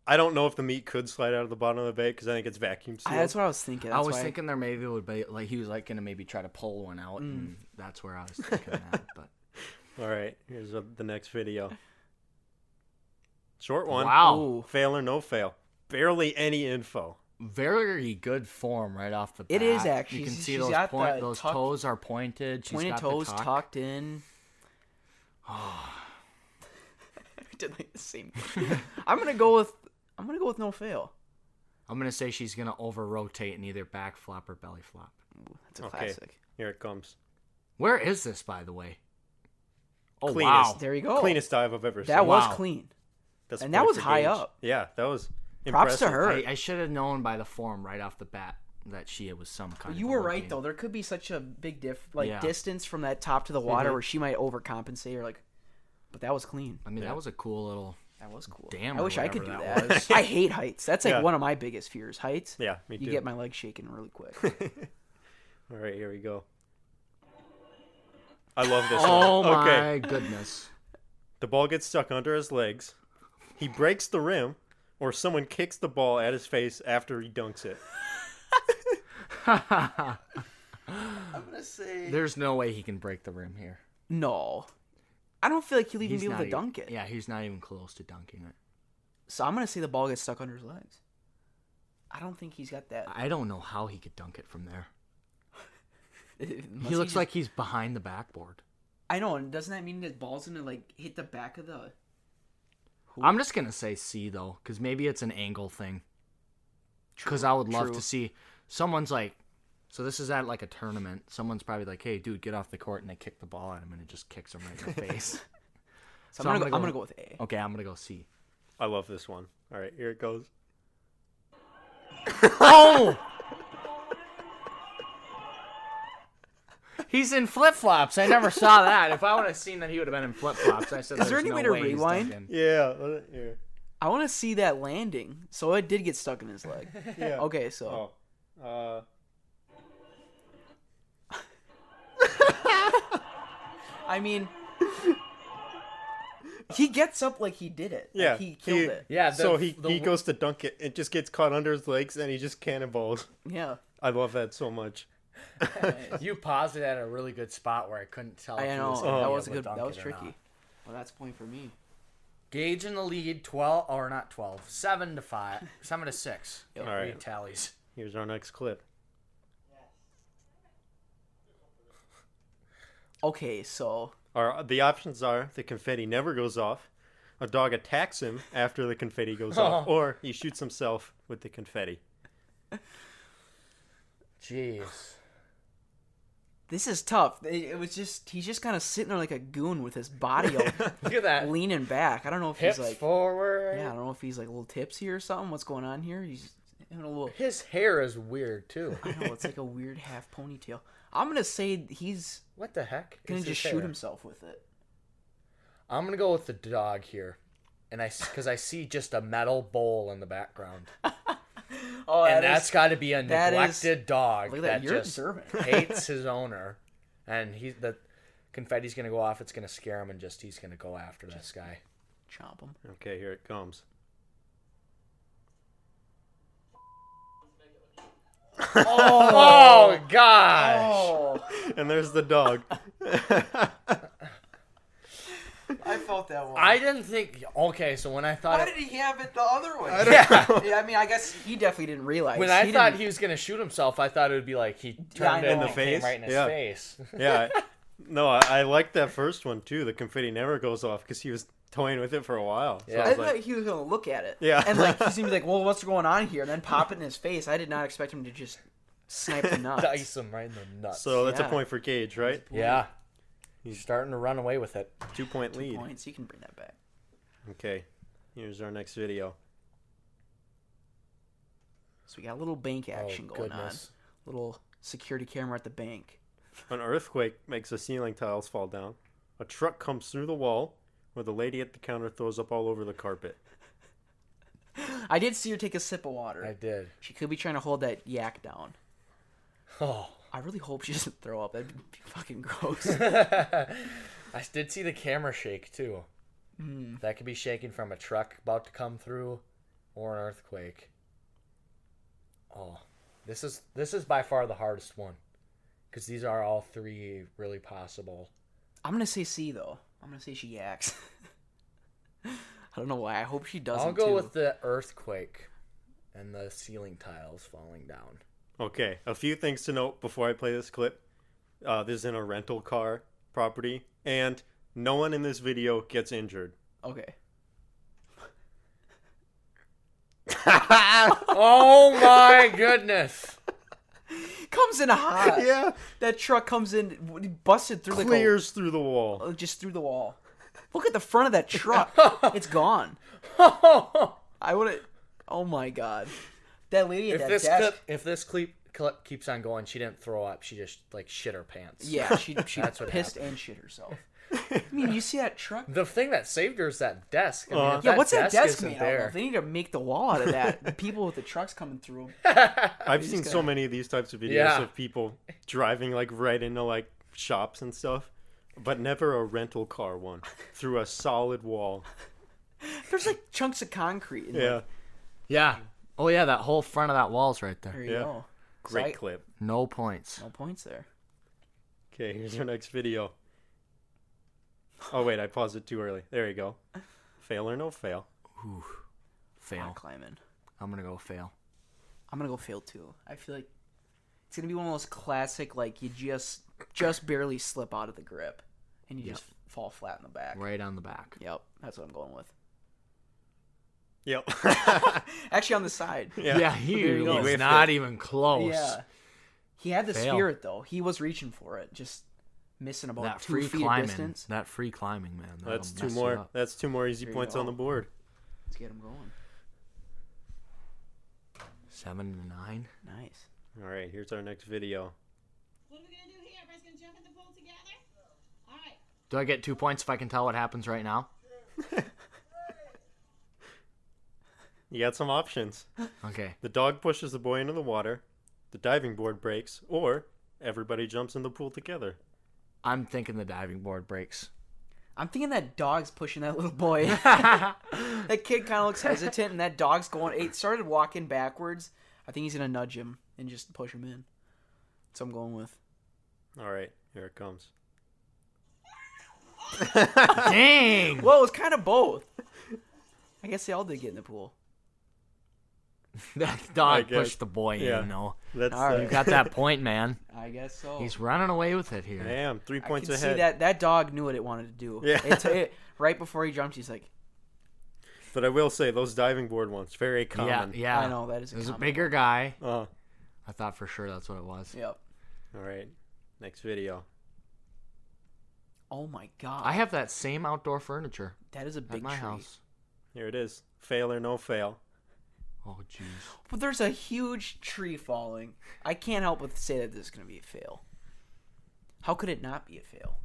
Speaker 3: I don't know if the meat could slide out of the bottom of the bag because I think it's vacuum sealed.
Speaker 2: I- that's what I was thinking. That's
Speaker 5: I was
Speaker 2: why
Speaker 5: thinking there maybe would be like he was like gonna maybe try to pull one out,
Speaker 2: Mm.
Speaker 5: and that's where I was thinking that. But
Speaker 3: All right, here's uh, the next video. Short one.
Speaker 5: wow,
Speaker 2: Ooh.
Speaker 3: Fail or no fail. Barely any info.
Speaker 5: very good form right off the bat.
Speaker 2: It is actually.
Speaker 5: You can
Speaker 2: She's-
Speaker 5: see
Speaker 2: she's
Speaker 5: those
Speaker 2: got
Speaker 5: point,
Speaker 2: the
Speaker 5: those
Speaker 2: tuck-
Speaker 5: toes are pointed. She's
Speaker 2: pointed
Speaker 5: got the
Speaker 2: toes
Speaker 5: tuck.
Speaker 2: tucked in. did like the same. I'm gonna go with I'm gonna go with no fail.
Speaker 1: I'm gonna say she's gonna over rotate and either back flop or belly flop.
Speaker 2: That's a
Speaker 3: Okay.
Speaker 2: classic.
Speaker 3: Here it comes.
Speaker 1: Where is this, by the way? Oh
Speaker 3: Cleanest.
Speaker 1: wow!
Speaker 2: There you go.
Speaker 3: Cleanest dive I've ever seen.
Speaker 2: That was
Speaker 1: Wow.
Speaker 2: clean.
Speaker 3: That's
Speaker 2: and that
Speaker 3: good
Speaker 2: was
Speaker 3: for
Speaker 2: high
Speaker 3: Gage.
Speaker 2: up.
Speaker 3: Yeah, that was
Speaker 2: Props
Speaker 3: impressive.
Speaker 2: to her.
Speaker 1: I, I should have known by the form right off the bat that she was some kind.
Speaker 2: you
Speaker 1: of
Speaker 2: were
Speaker 1: low
Speaker 2: right
Speaker 1: game.
Speaker 2: though. There could be such a big diff, like
Speaker 1: Yeah.
Speaker 2: distance from that top to the water, where she might overcompensate or like. But that was clean.
Speaker 1: I mean, that was a cool little.
Speaker 2: That was cool.
Speaker 1: Damn,
Speaker 2: I
Speaker 1: or
Speaker 2: wish I could do
Speaker 1: whatever
Speaker 2: that.
Speaker 1: that
Speaker 2: I hate heights. That's like
Speaker 3: Yeah.
Speaker 2: one of my biggest fears. Heights.
Speaker 3: Yeah, me
Speaker 2: You
Speaker 3: too.
Speaker 2: get my legs shaking really quick.
Speaker 3: All right, here we go. I love this one.
Speaker 1: Oh
Speaker 3: Okay.
Speaker 1: my goodness!
Speaker 3: The ball gets stuck under his legs. He breaks the rim, or someone kicks the ball at his face after he dunks it.
Speaker 1: There's no way he can break the rim here.
Speaker 2: no, I don't feel like he'll even
Speaker 1: He's
Speaker 2: be able
Speaker 1: not
Speaker 2: to
Speaker 1: even-
Speaker 2: dunk it.
Speaker 1: Yeah, he's not even close to dunking it.
Speaker 2: So I'm gonna say the ball gets stuck under his legs. I don't think he's got that.
Speaker 1: I don't know how he could dunk it from there.
Speaker 2: Unless
Speaker 1: he looks
Speaker 2: just-
Speaker 1: like he's behind the backboard.
Speaker 2: I know, and doesn't that mean the ball's gonna like hit the back of the?
Speaker 1: I'm just gonna say C though, because maybe it's an angle thing. Because I would love
Speaker 2: true.
Speaker 1: to see someone's like, so this is at like a tournament. Someone's probably like, "Hey, dude, get off the court," and they kick the ball at him, and it just kicks him right in the face.
Speaker 2: So, I'm, gonna go, I'm gonna go with A.
Speaker 1: Okay, I'm gonna go C.
Speaker 3: I love this one. All right, here it goes.
Speaker 1: Oh! He's in flip flops. I never saw that. If I would have seen that, he would have been in flip flops. I said,
Speaker 2: Is there
Speaker 1: "There's
Speaker 2: any
Speaker 1: no
Speaker 2: way to
Speaker 1: he's
Speaker 2: rewind?"
Speaker 1: dunking.
Speaker 3: Yeah, let it- here.
Speaker 2: I want to see that landing. So it did get stuck in his leg.
Speaker 3: Yeah.
Speaker 2: Okay, so
Speaker 3: Oh. Uh,
Speaker 2: I mean, he gets up like he did it. Like,
Speaker 3: yeah.
Speaker 2: he killed it.
Speaker 1: Yeah, the-
Speaker 3: so he,
Speaker 1: the-
Speaker 3: he goes to dunk it. It just gets caught under his legs and he just cannonballs.
Speaker 2: Yeah,
Speaker 3: I love that so much.
Speaker 1: You paused it at a really good spot where I couldn't tell.
Speaker 2: I
Speaker 1: if he
Speaker 2: know
Speaker 1: was
Speaker 3: Oh.
Speaker 2: that
Speaker 3: be
Speaker 2: was a
Speaker 1: able to
Speaker 2: good. That
Speaker 1: dunk
Speaker 2: was
Speaker 1: it or not.
Speaker 2: tricky. Well, that's a point for me.
Speaker 1: Gage in the lead, twelve or not twelve, seven to five, seven to six.
Speaker 2: Yep.
Speaker 3: All right.
Speaker 1: Three tallies.
Speaker 3: Here's our next clip.
Speaker 2: Okay, so
Speaker 3: Our, the options are the confetti never goes off, a dog attacks him after the confetti goes off, or he shoots himself with the confetti.
Speaker 1: Jeez.
Speaker 2: this is tough. It, it was just he's just kind of sitting there like a goon with his body all
Speaker 1: Look at that.
Speaker 2: leaning back. I don't know if
Speaker 1: Hips
Speaker 2: he's like
Speaker 1: forward.
Speaker 2: yeah, I don't know if he's like a little tipsy or something. What's going on here? He's having a little.
Speaker 1: His hair is weird too.
Speaker 2: I don't know, it's like a weird half ponytail. I'm gonna say he's
Speaker 1: What the heck?
Speaker 2: gonna
Speaker 1: is his
Speaker 2: just shoot
Speaker 1: hair?
Speaker 2: himself with it.
Speaker 1: I'm gonna go with the dog here, and I because I see just a metal bowl in the background,
Speaker 2: Oh,
Speaker 1: and that's got to be a
Speaker 2: that is-
Speaker 1: neglected dog
Speaker 2: look at
Speaker 1: that,
Speaker 2: that. You're
Speaker 1: just
Speaker 2: observant.
Speaker 1: hates his owner, and he the confetti's gonna go off. It's gonna scare him, and just he's gonna go after this guy.
Speaker 2: chomp him.
Speaker 3: Okay, here it comes.
Speaker 1: Oh,
Speaker 2: Oh.
Speaker 1: gosh!
Speaker 3: And there's the dog.
Speaker 2: I felt that one.
Speaker 1: I didn't think. Okay, so when I thought
Speaker 2: Why
Speaker 1: it-
Speaker 2: did he have it the other way?
Speaker 1: yeah,
Speaker 2: yeah, I mean, I guess he definitely didn't realize.
Speaker 1: when I thought
Speaker 2: didn't-
Speaker 1: he was gonna shoot himself, I thought it would be like he turned
Speaker 2: I
Speaker 1: it
Speaker 2: know.
Speaker 1: and
Speaker 2: In the
Speaker 1: it came
Speaker 3: face?
Speaker 1: right in his
Speaker 3: Yeah.
Speaker 1: face.
Speaker 3: yeah. I- No, I, I like that first one too. The confetti never goes off because he was toying with it for a while. So
Speaker 1: Yeah.
Speaker 3: I
Speaker 2: I
Speaker 3: was
Speaker 2: thought
Speaker 3: like,
Speaker 2: he was gonna look at it.
Speaker 3: Yeah.
Speaker 2: and like he's gonna be like, "Well, what's going on here?" And then pop it in his face. I did not expect him to just snipe the nuts.
Speaker 1: Dice him right in the nuts.
Speaker 3: so that's
Speaker 2: Yeah.
Speaker 3: a point for Gage, right?
Speaker 1: yeah, he's starting to run away with it.
Speaker 3: Two point lead.
Speaker 2: Points. You can bring that back.
Speaker 3: Okay, here's our next video.
Speaker 2: So we got a little bank action going
Speaker 1: Oh, goodness.
Speaker 2: on. Little security camera at the bank.
Speaker 3: An earthquake makes the ceiling tiles fall down. A truck comes through the wall, where the lady at the counter throws up all over the carpet.
Speaker 2: I did see her take a sip of water.
Speaker 1: I did.
Speaker 2: She could be trying to hold that yak down.
Speaker 1: Oh,
Speaker 2: I really hope she doesn't throw up. That'd be fucking gross.
Speaker 1: I did see the camera shake too.
Speaker 2: Hmm.
Speaker 1: That could be shaking from a truck about to come through, or an earthquake. Oh, this is this is by far the hardest one, because these are all three really possible.
Speaker 2: I'm gonna say C though. I'm gonna say she yaks. I don't know why. I hope she doesn't.
Speaker 1: I'll go
Speaker 2: too.
Speaker 1: with the earthquake, and the ceiling tiles falling down.
Speaker 3: Okay, a few things to note before I play this clip. Uh, this is in a rental car property, and no one in this video gets injured.
Speaker 2: Okay.
Speaker 1: Oh my goodness.
Speaker 2: Comes in hot.
Speaker 3: yeah,
Speaker 2: That truck comes in, busted through
Speaker 3: clears through the wall.
Speaker 2: like a, just through the wall. Look at the front of that truck. it's gone. I would have. Oh my god. That lady at
Speaker 1: If
Speaker 2: that
Speaker 1: this
Speaker 2: desk.
Speaker 1: clip, if this clip, clip keeps on going, she didn't throw up. She just like shit her pants.
Speaker 2: Yeah, she she
Speaker 1: That's what
Speaker 2: pissed and shit herself. I mean, you see that truck?
Speaker 1: The thing that saved her is that desk. I mean, if
Speaker 2: Yeah, what's that desk
Speaker 1: isn't
Speaker 2: made out of? They need to make the wall out of that. the people with the trucks coming through.
Speaker 3: I've seen so many of these types of videos
Speaker 1: Yeah.
Speaker 3: of people driving like right into like shops and stuff, but never a rental car one through a solid wall.
Speaker 2: There's like chunks of concrete. In
Speaker 3: Yeah,
Speaker 1: Yeah. Oh yeah, that whole front of that wall's right there.
Speaker 2: There you
Speaker 3: Yeah.
Speaker 2: go.
Speaker 3: great
Speaker 2: I-
Speaker 3: clip.
Speaker 1: No points.
Speaker 2: No points there.
Speaker 3: Okay, here's our next video. Oh wait, I paused it too early. There you go. Fail or no fail.
Speaker 2: I'm
Speaker 1: Fail.
Speaker 2: climbing.
Speaker 1: I'm gonna go fail.
Speaker 2: I'm gonna go fail too. I feel like it's gonna be one of those classic like you just just barely slip out of the grip and you just fall flat in the back.
Speaker 1: Right on the back.
Speaker 2: Yep, that's what I'm going with.
Speaker 3: Yep.
Speaker 2: Actually, on the side.
Speaker 1: Yeah,
Speaker 3: yeah.
Speaker 2: There
Speaker 1: he
Speaker 2: you go.
Speaker 1: was
Speaker 3: Whiffed
Speaker 1: not even close.
Speaker 2: Yeah. He had the
Speaker 1: Fail.
Speaker 2: spirit though. He was reaching for it, just missing about
Speaker 1: That
Speaker 2: two
Speaker 1: free
Speaker 2: feet
Speaker 1: climbing.
Speaker 2: of distance.
Speaker 1: That free climbing, man. that'll
Speaker 3: That's two
Speaker 1: mess you
Speaker 3: more.
Speaker 1: up.
Speaker 3: That's two more easy
Speaker 2: you
Speaker 3: points
Speaker 2: go.
Speaker 3: on the board.
Speaker 2: Let's get him going.
Speaker 1: Seven to nine.
Speaker 2: Nice.
Speaker 3: All right, here's our next video.
Speaker 7: What are we gonna do here? Everybody's gonna jump in the pool together? All right.
Speaker 1: Do I get two points if I can tell what happens right now?
Speaker 3: You got some options.
Speaker 1: Okay.
Speaker 3: The dog pushes the boy into the water, the diving board breaks, or everybody jumps in the pool together.
Speaker 1: I'm thinking the diving board breaks.
Speaker 2: I'm thinking that dog's pushing that little boy. that kid kind of looks hesitant, and that dog's going. It started walking backwards. I think he's gonna nudge him and just push him in. So I'm going with.
Speaker 3: All right, here it comes.
Speaker 1: Dang!
Speaker 2: Well, it was kind of both. I guess they all did get in the pool.
Speaker 1: That
Speaker 3: I
Speaker 1: dog
Speaker 3: guess.
Speaker 1: pushed the boy
Speaker 3: Yeah.
Speaker 1: in, though.
Speaker 3: That's
Speaker 2: All right.
Speaker 3: uh,
Speaker 1: You got that point, man.
Speaker 2: I guess so.
Speaker 1: He's running away with it here.
Speaker 3: Damn, three
Speaker 2: I
Speaker 3: points
Speaker 2: can
Speaker 3: ahead.
Speaker 2: see that that dog knew what it wanted to do.
Speaker 3: Yeah.
Speaker 2: It, it, right before he jumped, he's like,
Speaker 3: But I will say those diving board ones very
Speaker 1: yeah,
Speaker 3: common.
Speaker 1: yeah.
Speaker 2: "I know that is."
Speaker 1: It was a
Speaker 2: common
Speaker 1: bigger guy.
Speaker 3: yeah. Uh,
Speaker 1: I thought for sure that's what it was.
Speaker 2: one." Yep.
Speaker 3: all right, next video.
Speaker 2: Oh my god.
Speaker 1: I have that same outdoor furniture
Speaker 2: that is a
Speaker 1: at
Speaker 2: big
Speaker 1: my
Speaker 2: tree.
Speaker 1: house.
Speaker 3: Here it is. Fail or no fail.
Speaker 1: Oh, jeez.
Speaker 2: But there's a huge tree falling. I can't help but say that this is going to be a fail. How could it not be a fail?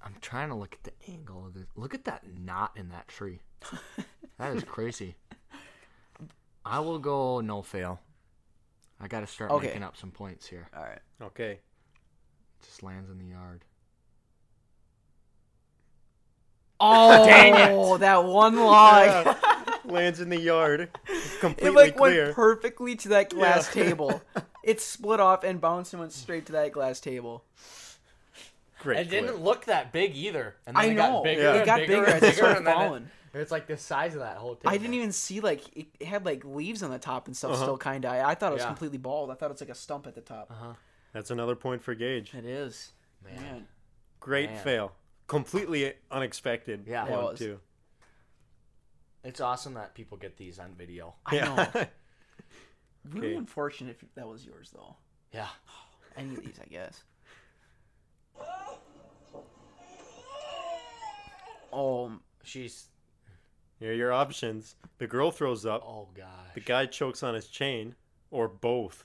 Speaker 1: I'm trying to look at the angle of this. Look at that knot in that tree. That is crazy. I will go no fail. I got to start
Speaker 2: Okay.
Speaker 1: making up some points here.
Speaker 2: All right.
Speaker 3: Okay.
Speaker 1: Just lands in the yard. Oh,
Speaker 2: Oh, that one log.
Speaker 3: Lands in the yard.
Speaker 2: it
Speaker 3: Completely
Speaker 2: like
Speaker 3: clear.
Speaker 2: went perfectly to that glass table. It split off and bounced and went straight to that glass table.
Speaker 3: Great.
Speaker 4: It
Speaker 3: clip.
Speaker 4: didn't look that big either. And then
Speaker 2: I
Speaker 4: it
Speaker 2: know.
Speaker 4: got bigger.
Speaker 3: Yeah.
Speaker 2: It
Speaker 4: and
Speaker 2: got
Speaker 4: bigger,
Speaker 2: bigger,
Speaker 4: and
Speaker 2: as it
Speaker 4: bigger,
Speaker 2: started
Speaker 4: and then it-
Speaker 2: falling.
Speaker 4: it's like the size of that whole table.
Speaker 2: I didn't even see like it it had like leaves on the top and
Speaker 3: Uh-huh.
Speaker 2: stuff still kind of. I, I thought it was
Speaker 4: Yeah.
Speaker 2: completely bald. I thought it was like a stump at the top.
Speaker 3: That's another point for Gage.
Speaker 2: It is. Man.
Speaker 3: Great fail. Completely unexpected.
Speaker 4: Yeah.
Speaker 2: Yeah, it
Speaker 3: one
Speaker 2: was.
Speaker 3: too.
Speaker 4: It's awesome that people get these on video.
Speaker 2: I know. Really
Speaker 3: Okay.
Speaker 2: unfortunate if that was yours though.
Speaker 4: Yeah.
Speaker 2: Any of these, I guess. Oh,
Speaker 4: She's.
Speaker 3: Here are your options. The girl throws up.
Speaker 4: Oh, God.
Speaker 3: The guy chokes on his chain, or both.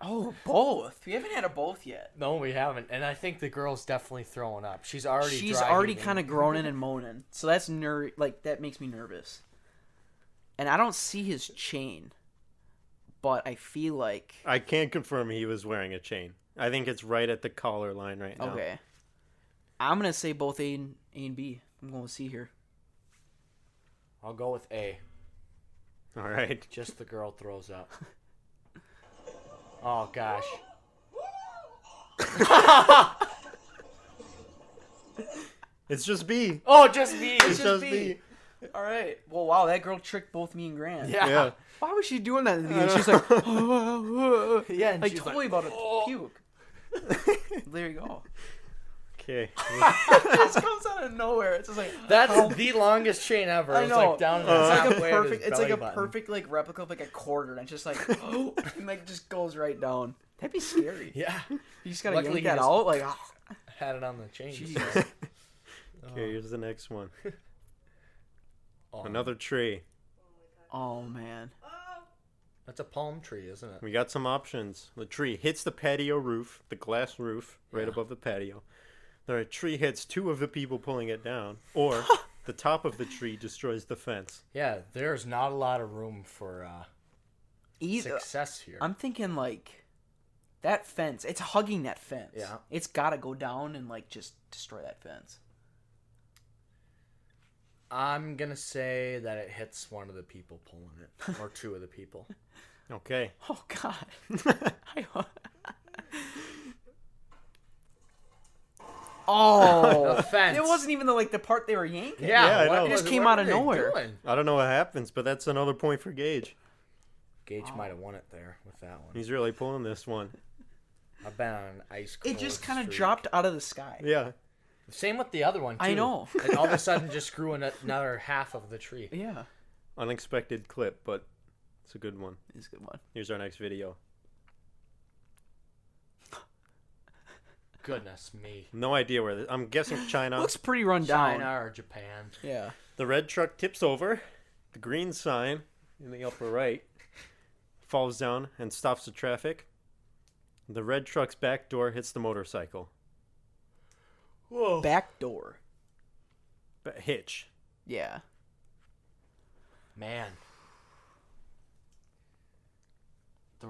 Speaker 2: oh, both. We haven't had a both yet.
Speaker 4: No, we haven't. And I think the girl's definitely throwing up. She's already.
Speaker 2: She's
Speaker 4: dry
Speaker 2: already
Speaker 4: heaving.
Speaker 2: kind of groaning and moaning, so that's ner like that makes me nervous. And I don't see his chain, but I feel like
Speaker 3: I can confirm he was wearing a chain. I think it's right at the collar line right now.
Speaker 2: okay. I'm gonna say both A and A and B. I'm going to see here.
Speaker 4: I'll go with A.
Speaker 3: All right.
Speaker 4: Just the girl throws up. Oh gosh.
Speaker 3: It's just B.
Speaker 4: Oh, just me.
Speaker 3: it's just B.
Speaker 2: All right. Well, wow, that girl tricked both me and Grant.
Speaker 4: Yeah.
Speaker 3: Yeah.
Speaker 2: Why was she doing that in the beginning? She's like,
Speaker 4: Yeah. And
Speaker 2: like
Speaker 4: she's
Speaker 2: Oh. totally about to puke. there you go.
Speaker 3: Okay.
Speaker 2: This comes out of nowhere. It's just like
Speaker 1: That's the longest chain ever.
Speaker 2: I
Speaker 1: It's
Speaker 2: know.
Speaker 1: like down to the
Speaker 2: it's like a
Speaker 1: halfway of his
Speaker 2: perfect. It's like
Speaker 1: belly
Speaker 2: a
Speaker 1: button.
Speaker 2: perfect like replica of like a quarter, and it's just like oh, and like just goes right down. That'd be scary.
Speaker 1: Yeah,
Speaker 2: You just gotta
Speaker 1: Luckily
Speaker 2: yank
Speaker 1: he
Speaker 2: that
Speaker 1: just-
Speaker 2: out. Like ah.
Speaker 1: had it on the chain.
Speaker 2: Jesus.
Speaker 3: Okay, here's the next one. Another tree.
Speaker 2: oh man.
Speaker 1: That's a palm tree, isn't it?
Speaker 3: We got some options. The tree hits the patio roof, the glass roof right above the patio. The tree hits two of the people pulling it down, or the top of the tree destroys the fence.
Speaker 1: Yeah, there's not a lot of room for uh,
Speaker 2: Either
Speaker 1: success here.
Speaker 2: uh, I'm thinking like that fence. It's hugging that fence.
Speaker 1: Yeah.
Speaker 2: It's gotta go down and like just destroy that fence.
Speaker 1: I'm gonna say that it hits one of the people pulling it, or two of the people.
Speaker 3: Okay.
Speaker 2: Oh God. I- oh.
Speaker 1: The fence.
Speaker 2: It wasn't even the like the part they were yanking.
Speaker 1: Yeah,
Speaker 3: Yeah, I
Speaker 1: what
Speaker 3: know.
Speaker 2: It just
Speaker 1: was-
Speaker 2: came
Speaker 1: what
Speaker 2: out
Speaker 1: were
Speaker 2: of
Speaker 1: they
Speaker 2: nowhere.
Speaker 1: doing?
Speaker 3: I don't know what happens, but that's another point for Gage.
Speaker 1: Gage might have won it there with that one.
Speaker 3: He's really pulling this one.
Speaker 1: I've been on an ice.
Speaker 2: It just
Speaker 1: cold
Speaker 2: kind of
Speaker 1: streak.
Speaker 2: dropped out of the sky.
Speaker 3: Yeah.
Speaker 1: Same with the other one. Too.
Speaker 2: I know.
Speaker 1: It all of a sudden just grew an- another half of the tree.
Speaker 2: Yeah.
Speaker 3: Unexpected clip, but it's a good one.
Speaker 2: It's a good one.
Speaker 3: Here's our next video.
Speaker 1: Goodness me.
Speaker 3: No idea where this, I'm guessing China.
Speaker 2: Looks pretty run down.
Speaker 1: China or Japan.
Speaker 2: Yeah.
Speaker 3: The red truck tips over. The green sign in the upper right falls down and stops the traffic. The red truck's back door hits the motorcycle. Oh.
Speaker 2: Back door.
Speaker 3: But hitch.
Speaker 2: Yeah.
Speaker 1: Man. The,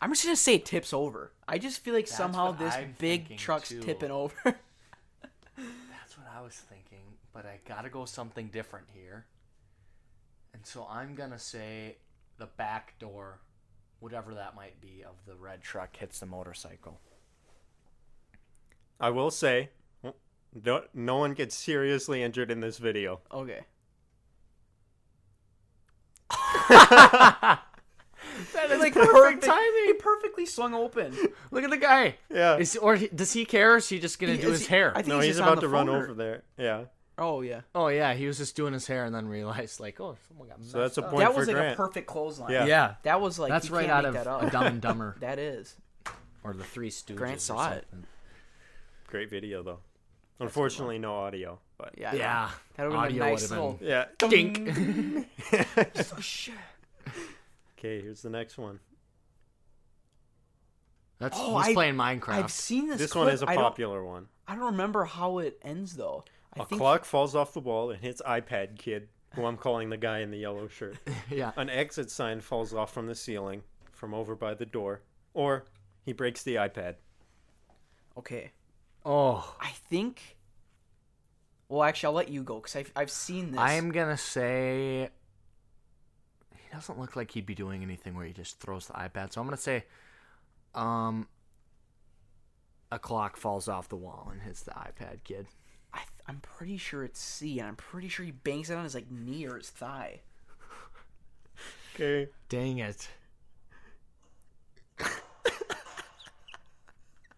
Speaker 2: I'm just gonna say it tips over. I just feel like somehow
Speaker 1: what
Speaker 2: this
Speaker 1: I'm
Speaker 2: big
Speaker 1: thinking,
Speaker 2: truck's
Speaker 1: too.
Speaker 2: tipping over.
Speaker 1: that's what I was thinking, but I gotta go something different here. And so I'm gonna say the back door, whatever that might be, of the red truck hits the motorcycle.
Speaker 3: I will say, no, no one gets seriously injured in this video.
Speaker 2: okay.
Speaker 1: That is
Speaker 2: Like perfect
Speaker 1: perfect
Speaker 2: timing.
Speaker 1: timing.
Speaker 2: It perfectly swung open.
Speaker 1: Look at the guy.
Speaker 3: Yeah.
Speaker 1: Is or he- does he care? Or is he just gonna
Speaker 2: He-
Speaker 1: do
Speaker 2: is
Speaker 1: his
Speaker 2: he-
Speaker 1: hair?
Speaker 2: I think
Speaker 3: no,
Speaker 2: he's,
Speaker 3: he's
Speaker 2: just on
Speaker 3: about to
Speaker 2: the
Speaker 3: run
Speaker 2: phone or-
Speaker 3: over there. Yeah.
Speaker 2: Oh yeah.
Speaker 1: Oh yeah, he was just doing his hair and then realized like, oh, someone got messed
Speaker 3: So that's a
Speaker 1: up.
Speaker 3: point
Speaker 2: That
Speaker 3: for
Speaker 2: was like
Speaker 3: Grant.
Speaker 2: a perfect clothesline.
Speaker 3: Yeah.
Speaker 1: Yeah,
Speaker 2: That was like
Speaker 1: that's
Speaker 2: you
Speaker 1: right
Speaker 2: can't
Speaker 1: out
Speaker 2: make
Speaker 1: of
Speaker 2: that up.
Speaker 1: a Dumb and Dumber
Speaker 2: that is.
Speaker 1: or the Three Stooges.
Speaker 2: Grant
Speaker 1: or
Speaker 2: saw it.
Speaker 1: something.
Speaker 3: Great video though. Unfortunately, no audio. But
Speaker 2: Yeah. I know.
Speaker 1: Yeah,
Speaker 2: That would have been
Speaker 1: Audio
Speaker 2: a nice
Speaker 1: would've
Speaker 2: little.
Speaker 3: yeah.
Speaker 1: dink.
Speaker 3: Okay, here's the next one.
Speaker 1: That's
Speaker 2: Oh,
Speaker 1: he's
Speaker 2: I-
Speaker 1: playing Minecraft.
Speaker 2: I've seen this.
Speaker 3: This, one
Speaker 2: clip.
Speaker 3: is a
Speaker 2: I don't-
Speaker 3: popular one.
Speaker 2: I don't remember how it ends though. I
Speaker 3: A
Speaker 2: think
Speaker 3: clock falls off the wall and hits iPad Kid, who I'm calling the guy in the yellow shirt.
Speaker 1: yeah,
Speaker 3: An exit sign falls off from the ceiling from over by the door, or he breaks the iPad.
Speaker 2: Okay.
Speaker 1: Oh,
Speaker 2: I think. Well, actually, I'll let you go because I've, I've seen this.
Speaker 1: I'm gonna say he doesn't look like he'd be doing anything where he just throws the iPad. So I'm gonna say, um, a clock falls off the wall and hits the iPad kid.
Speaker 2: I, th- I'm pretty sure it's C, and I'm pretty sure he bangs it on his like knee or his thigh.
Speaker 3: Okay.
Speaker 1: Dang it!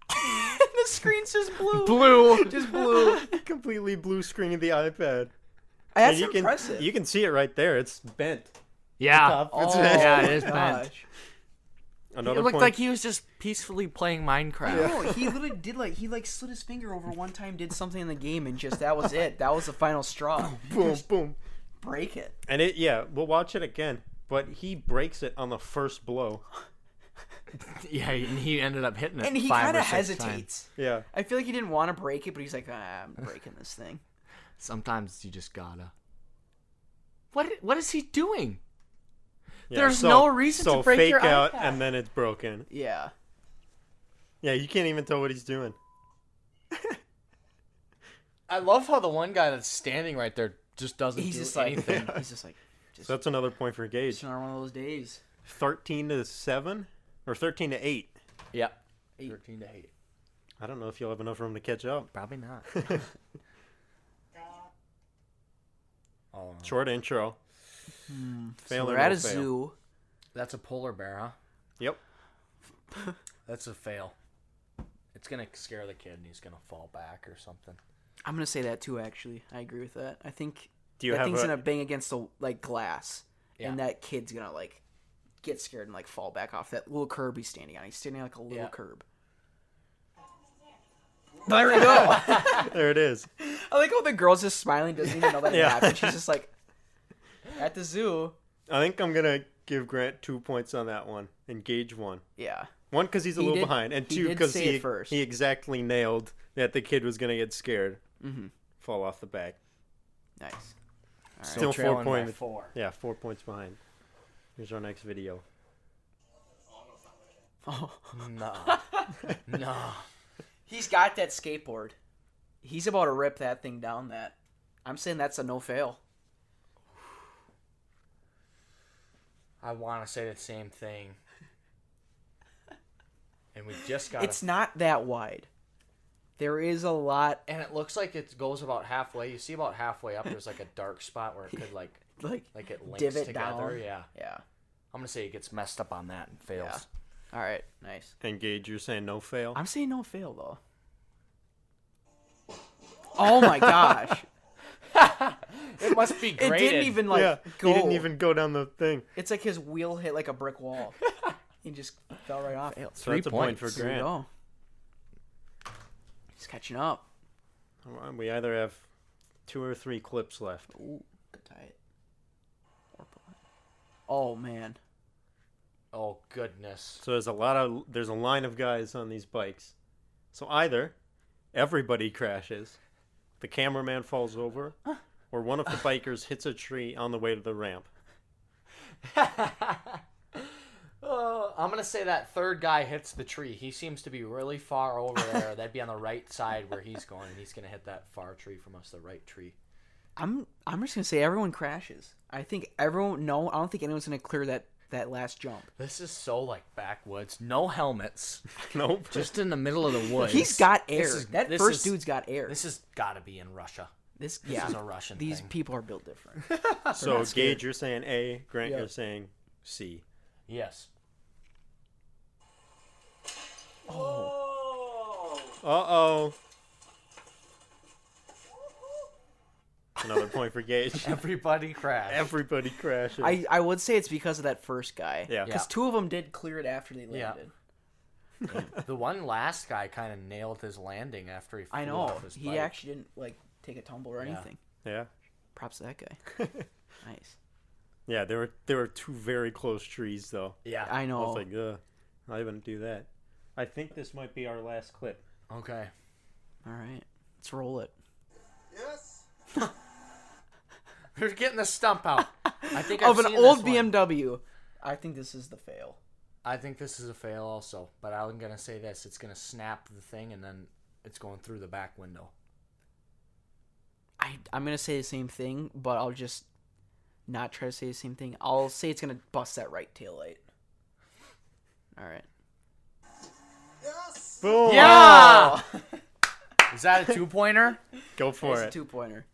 Speaker 2: the screen's just blue.
Speaker 1: Blue.
Speaker 2: just blue.
Speaker 3: Completely blue screen of the iPad.
Speaker 2: That's
Speaker 3: you can,
Speaker 2: impressive.
Speaker 3: You can see it right there. It's bent.
Speaker 1: Yeah.
Speaker 3: It's
Speaker 2: Oh,
Speaker 3: bent.
Speaker 1: Yeah, it is
Speaker 2: gosh.
Speaker 1: bent.
Speaker 3: Another
Speaker 1: it looked
Speaker 3: point.
Speaker 1: like he was just peacefully playing Minecraft.
Speaker 2: No, he literally did like he like slid his finger over one time, did something in the game, and just that was it. That was the final straw.
Speaker 3: boom, boom.
Speaker 2: Break it.
Speaker 3: And it, yeah, we'll watch it again. But he breaks it on the first blow.
Speaker 1: Yeah, and he ended up hitting it.
Speaker 2: And he
Speaker 1: kind of
Speaker 2: hesitates.
Speaker 3: Yeah.
Speaker 2: I feel like he didn't want to break it, but he's like, ah, I'm breaking this thing.
Speaker 1: Sometimes you just gotta. What What is he doing?
Speaker 3: Yeah,
Speaker 1: There's
Speaker 3: so-
Speaker 1: no reason
Speaker 3: so
Speaker 1: to break
Speaker 3: fake
Speaker 1: your
Speaker 3: out,
Speaker 1: iPad.
Speaker 3: and then it's broken.
Speaker 2: Yeah.
Speaker 3: Yeah, you can't even tell what he's doing.
Speaker 1: I love how the one guy that's standing right there just doesn't
Speaker 2: He's
Speaker 1: do
Speaker 2: just like
Speaker 1: anything.
Speaker 2: he's just like just
Speaker 3: So that's another point for Gage.
Speaker 2: it's another one of those days.
Speaker 3: 13 to 7 or 13 to 8.
Speaker 1: yeah. Thirteen to eight.
Speaker 3: I don't know if you'll have enough room to catch up.
Speaker 1: Probably not. oh,
Speaker 3: Short intro. Fail
Speaker 2: Hmm, So
Speaker 3: or
Speaker 2: they're
Speaker 3: no
Speaker 2: at a
Speaker 3: fail.
Speaker 2: zoo.
Speaker 1: that's a polar bear, huh?
Speaker 3: Yep.
Speaker 1: That's a fail. It's gonna scare the kid, and he's gonna fall back or something.
Speaker 2: I'm gonna say that too. Actually, I agree with that. I think
Speaker 3: Do you
Speaker 2: that
Speaker 3: have
Speaker 2: thing's
Speaker 3: a-
Speaker 2: gonna bang against the like glass, and
Speaker 1: Yeah.
Speaker 2: that kid's gonna like get scared and like fall back off that little curb he's standing on. He's standing on like a little
Speaker 1: Yeah.
Speaker 2: curb.
Speaker 3: There we go. there it is.
Speaker 2: I like how the girl's just smiling, doesn't even know that
Speaker 3: Yeah.
Speaker 2: it happened. She's just like at the zoo.
Speaker 3: I think I'm gonna give Grant two points on that one. Engage one.
Speaker 2: Yeah,
Speaker 3: One because he's a
Speaker 2: He
Speaker 3: little
Speaker 2: did-
Speaker 3: behind, and
Speaker 2: he
Speaker 3: two
Speaker 2: did
Speaker 3: because
Speaker 2: say it
Speaker 3: he,
Speaker 2: first.
Speaker 3: he exactly nailed that the kid was gonna get scared, mm-hmm. fall off the back.
Speaker 2: nice.
Speaker 3: Still four
Speaker 1: trailing by
Speaker 3: points.
Speaker 1: four.
Speaker 3: Yeah, four points behind. Here's our next video.
Speaker 1: No, no.
Speaker 2: He's got that skateboard. He's about to rip that thing down. That I'm saying that's a no fail.
Speaker 1: I want to say the same thing. And we just got
Speaker 2: It's not that wide. There is a lot
Speaker 1: and it looks like it goes about halfway. You see about halfway up, there's like a dark spot where it could like
Speaker 2: like
Speaker 1: like it links
Speaker 2: Divot
Speaker 1: together.
Speaker 2: down.
Speaker 1: Yeah,
Speaker 2: yeah.
Speaker 1: I'm gonna say it gets messed up on that and fails.
Speaker 2: Yeah. All right, nice.
Speaker 3: Engage. You're saying no fail.
Speaker 2: I'm saying no fail though. Oh my gosh!
Speaker 1: It must be
Speaker 2: it
Speaker 1: graded.
Speaker 2: didn't even like
Speaker 3: yeah,
Speaker 2: go.
Speaker 3: he didn't even go down the thing.
Speaker 2: It's like his wheel hit like a brick wall. he just fell right off. There
Speaker 3: So that's a point for
Speaker 1: points.
Speaker 2: we
Speaker 3: Grant.
Speaker 2: go. He's catching up.
Speaker 3: All right, We either have two or three clips left.
Speaker 2: Ooh, good diet. Or blood. Oh man.
Speaker 1: Oh goodness.
Speaker 3: So there's a lot of there's a line of guys on these bikes. So either everybody crashes, the cameraman falls over, or one of the bikers hits a tree on the way to the ramp.
Speaker 1: Oh, I'm gonna say that third guy hits the tree. He seems to be really far over there. That'd be on the right side where he's going, and he's gonna hit that far tree from us, the right tree.
Speaker 2: I'm I'm just gonna say everyone crashes. I think everyone. No, I don't think anyone's gonna clear that that last jump.
Speaker 1: This is so like backwoods. No helmets.
Speaker 3: Nope.
Speaker 1: Just in the middle of the woods.
Speaker 2: He's got air.
Speaker 1: is-
Speaker 2: that
Speaker 1: this
Speaker 2: first
Speaker 1: is-
Speaker 2: dude's got air.
Speaker 1: This has got to be in Russia.
Speaker 2: This,
Speaker 1: This
Speaker 2: yeah,
Speaker 1: is a Russian
Speaker 2: These
Speaker 1: thing.
Speaker 2: people are built different.
Speaker 3: so
Speaker 2: scared.
Speaker 3: Gage, you're saying A. Grant, you're saying C.
Speaker 1: Yes.
Speaker 3: Uh oh. Another point for Gage.
Speaker 1: Everybody crashed.
Speaker 3: Everybody crashes.
Speaker 2: I, I would say it's because of that first guy.
Speaker 3: Yeah.
Speaker 2: Because
Speaker 1: Yeah.
Speaker 2: two of them did clear it after they
Speaker 1: Yeah.
Speaker 2: landed.
Speaker 1: the one last guy kind of nailed his landing after he. Flew
Speaker 2: I know.
Speaker 1: Off his
Speaker 2: He
Speaker 1: bike.
Speaker 2: actually didn't like take a tumble or
Speaker 1: Yeah.
Speaker 2: anything.
Speaker 3: Yeah.
Speaker 2: Props to that guy. nice.
Speaker 3: Yeah, there were there were two very close trees though.
Speaker 1: Yeah.
Speaker 2: I
Speaker 3: I was
Speaker 2: know.
Speaker 3: like, ugh, I wouldn't do that. I think this might be our last clip.
Speaker 1: Okay.
Speaker 2: All right, let's roll it.
Speaker 6: Yes.
Speaker 1: They're getting the stump out. I think
Speaker 2: of
Speaker 1: I've
Speaker 2: an
Speaker 1: seen
Speaker 2: old
Speaker 1: this one.
Speaker 2: BMW. I think this is the fail.
Speaker 1: I think this is a fail also, but I'm gonna say this: it's gonna snap the thing, and then it's going through the back window.
Speaker 2: I I'm gonna say the same thing, but I'll just not try to say the same thing. I'll say it's gonna bust that right tail light. All right.
Speaker 6: Yes.
Speaker 3: Boom!
Speaker 1: Yeah. is that a two pointer?
Speaker 3: Go for
Speaker 2: Oh! It's
Speaker 3: it.
Speaker 2: a two pointer.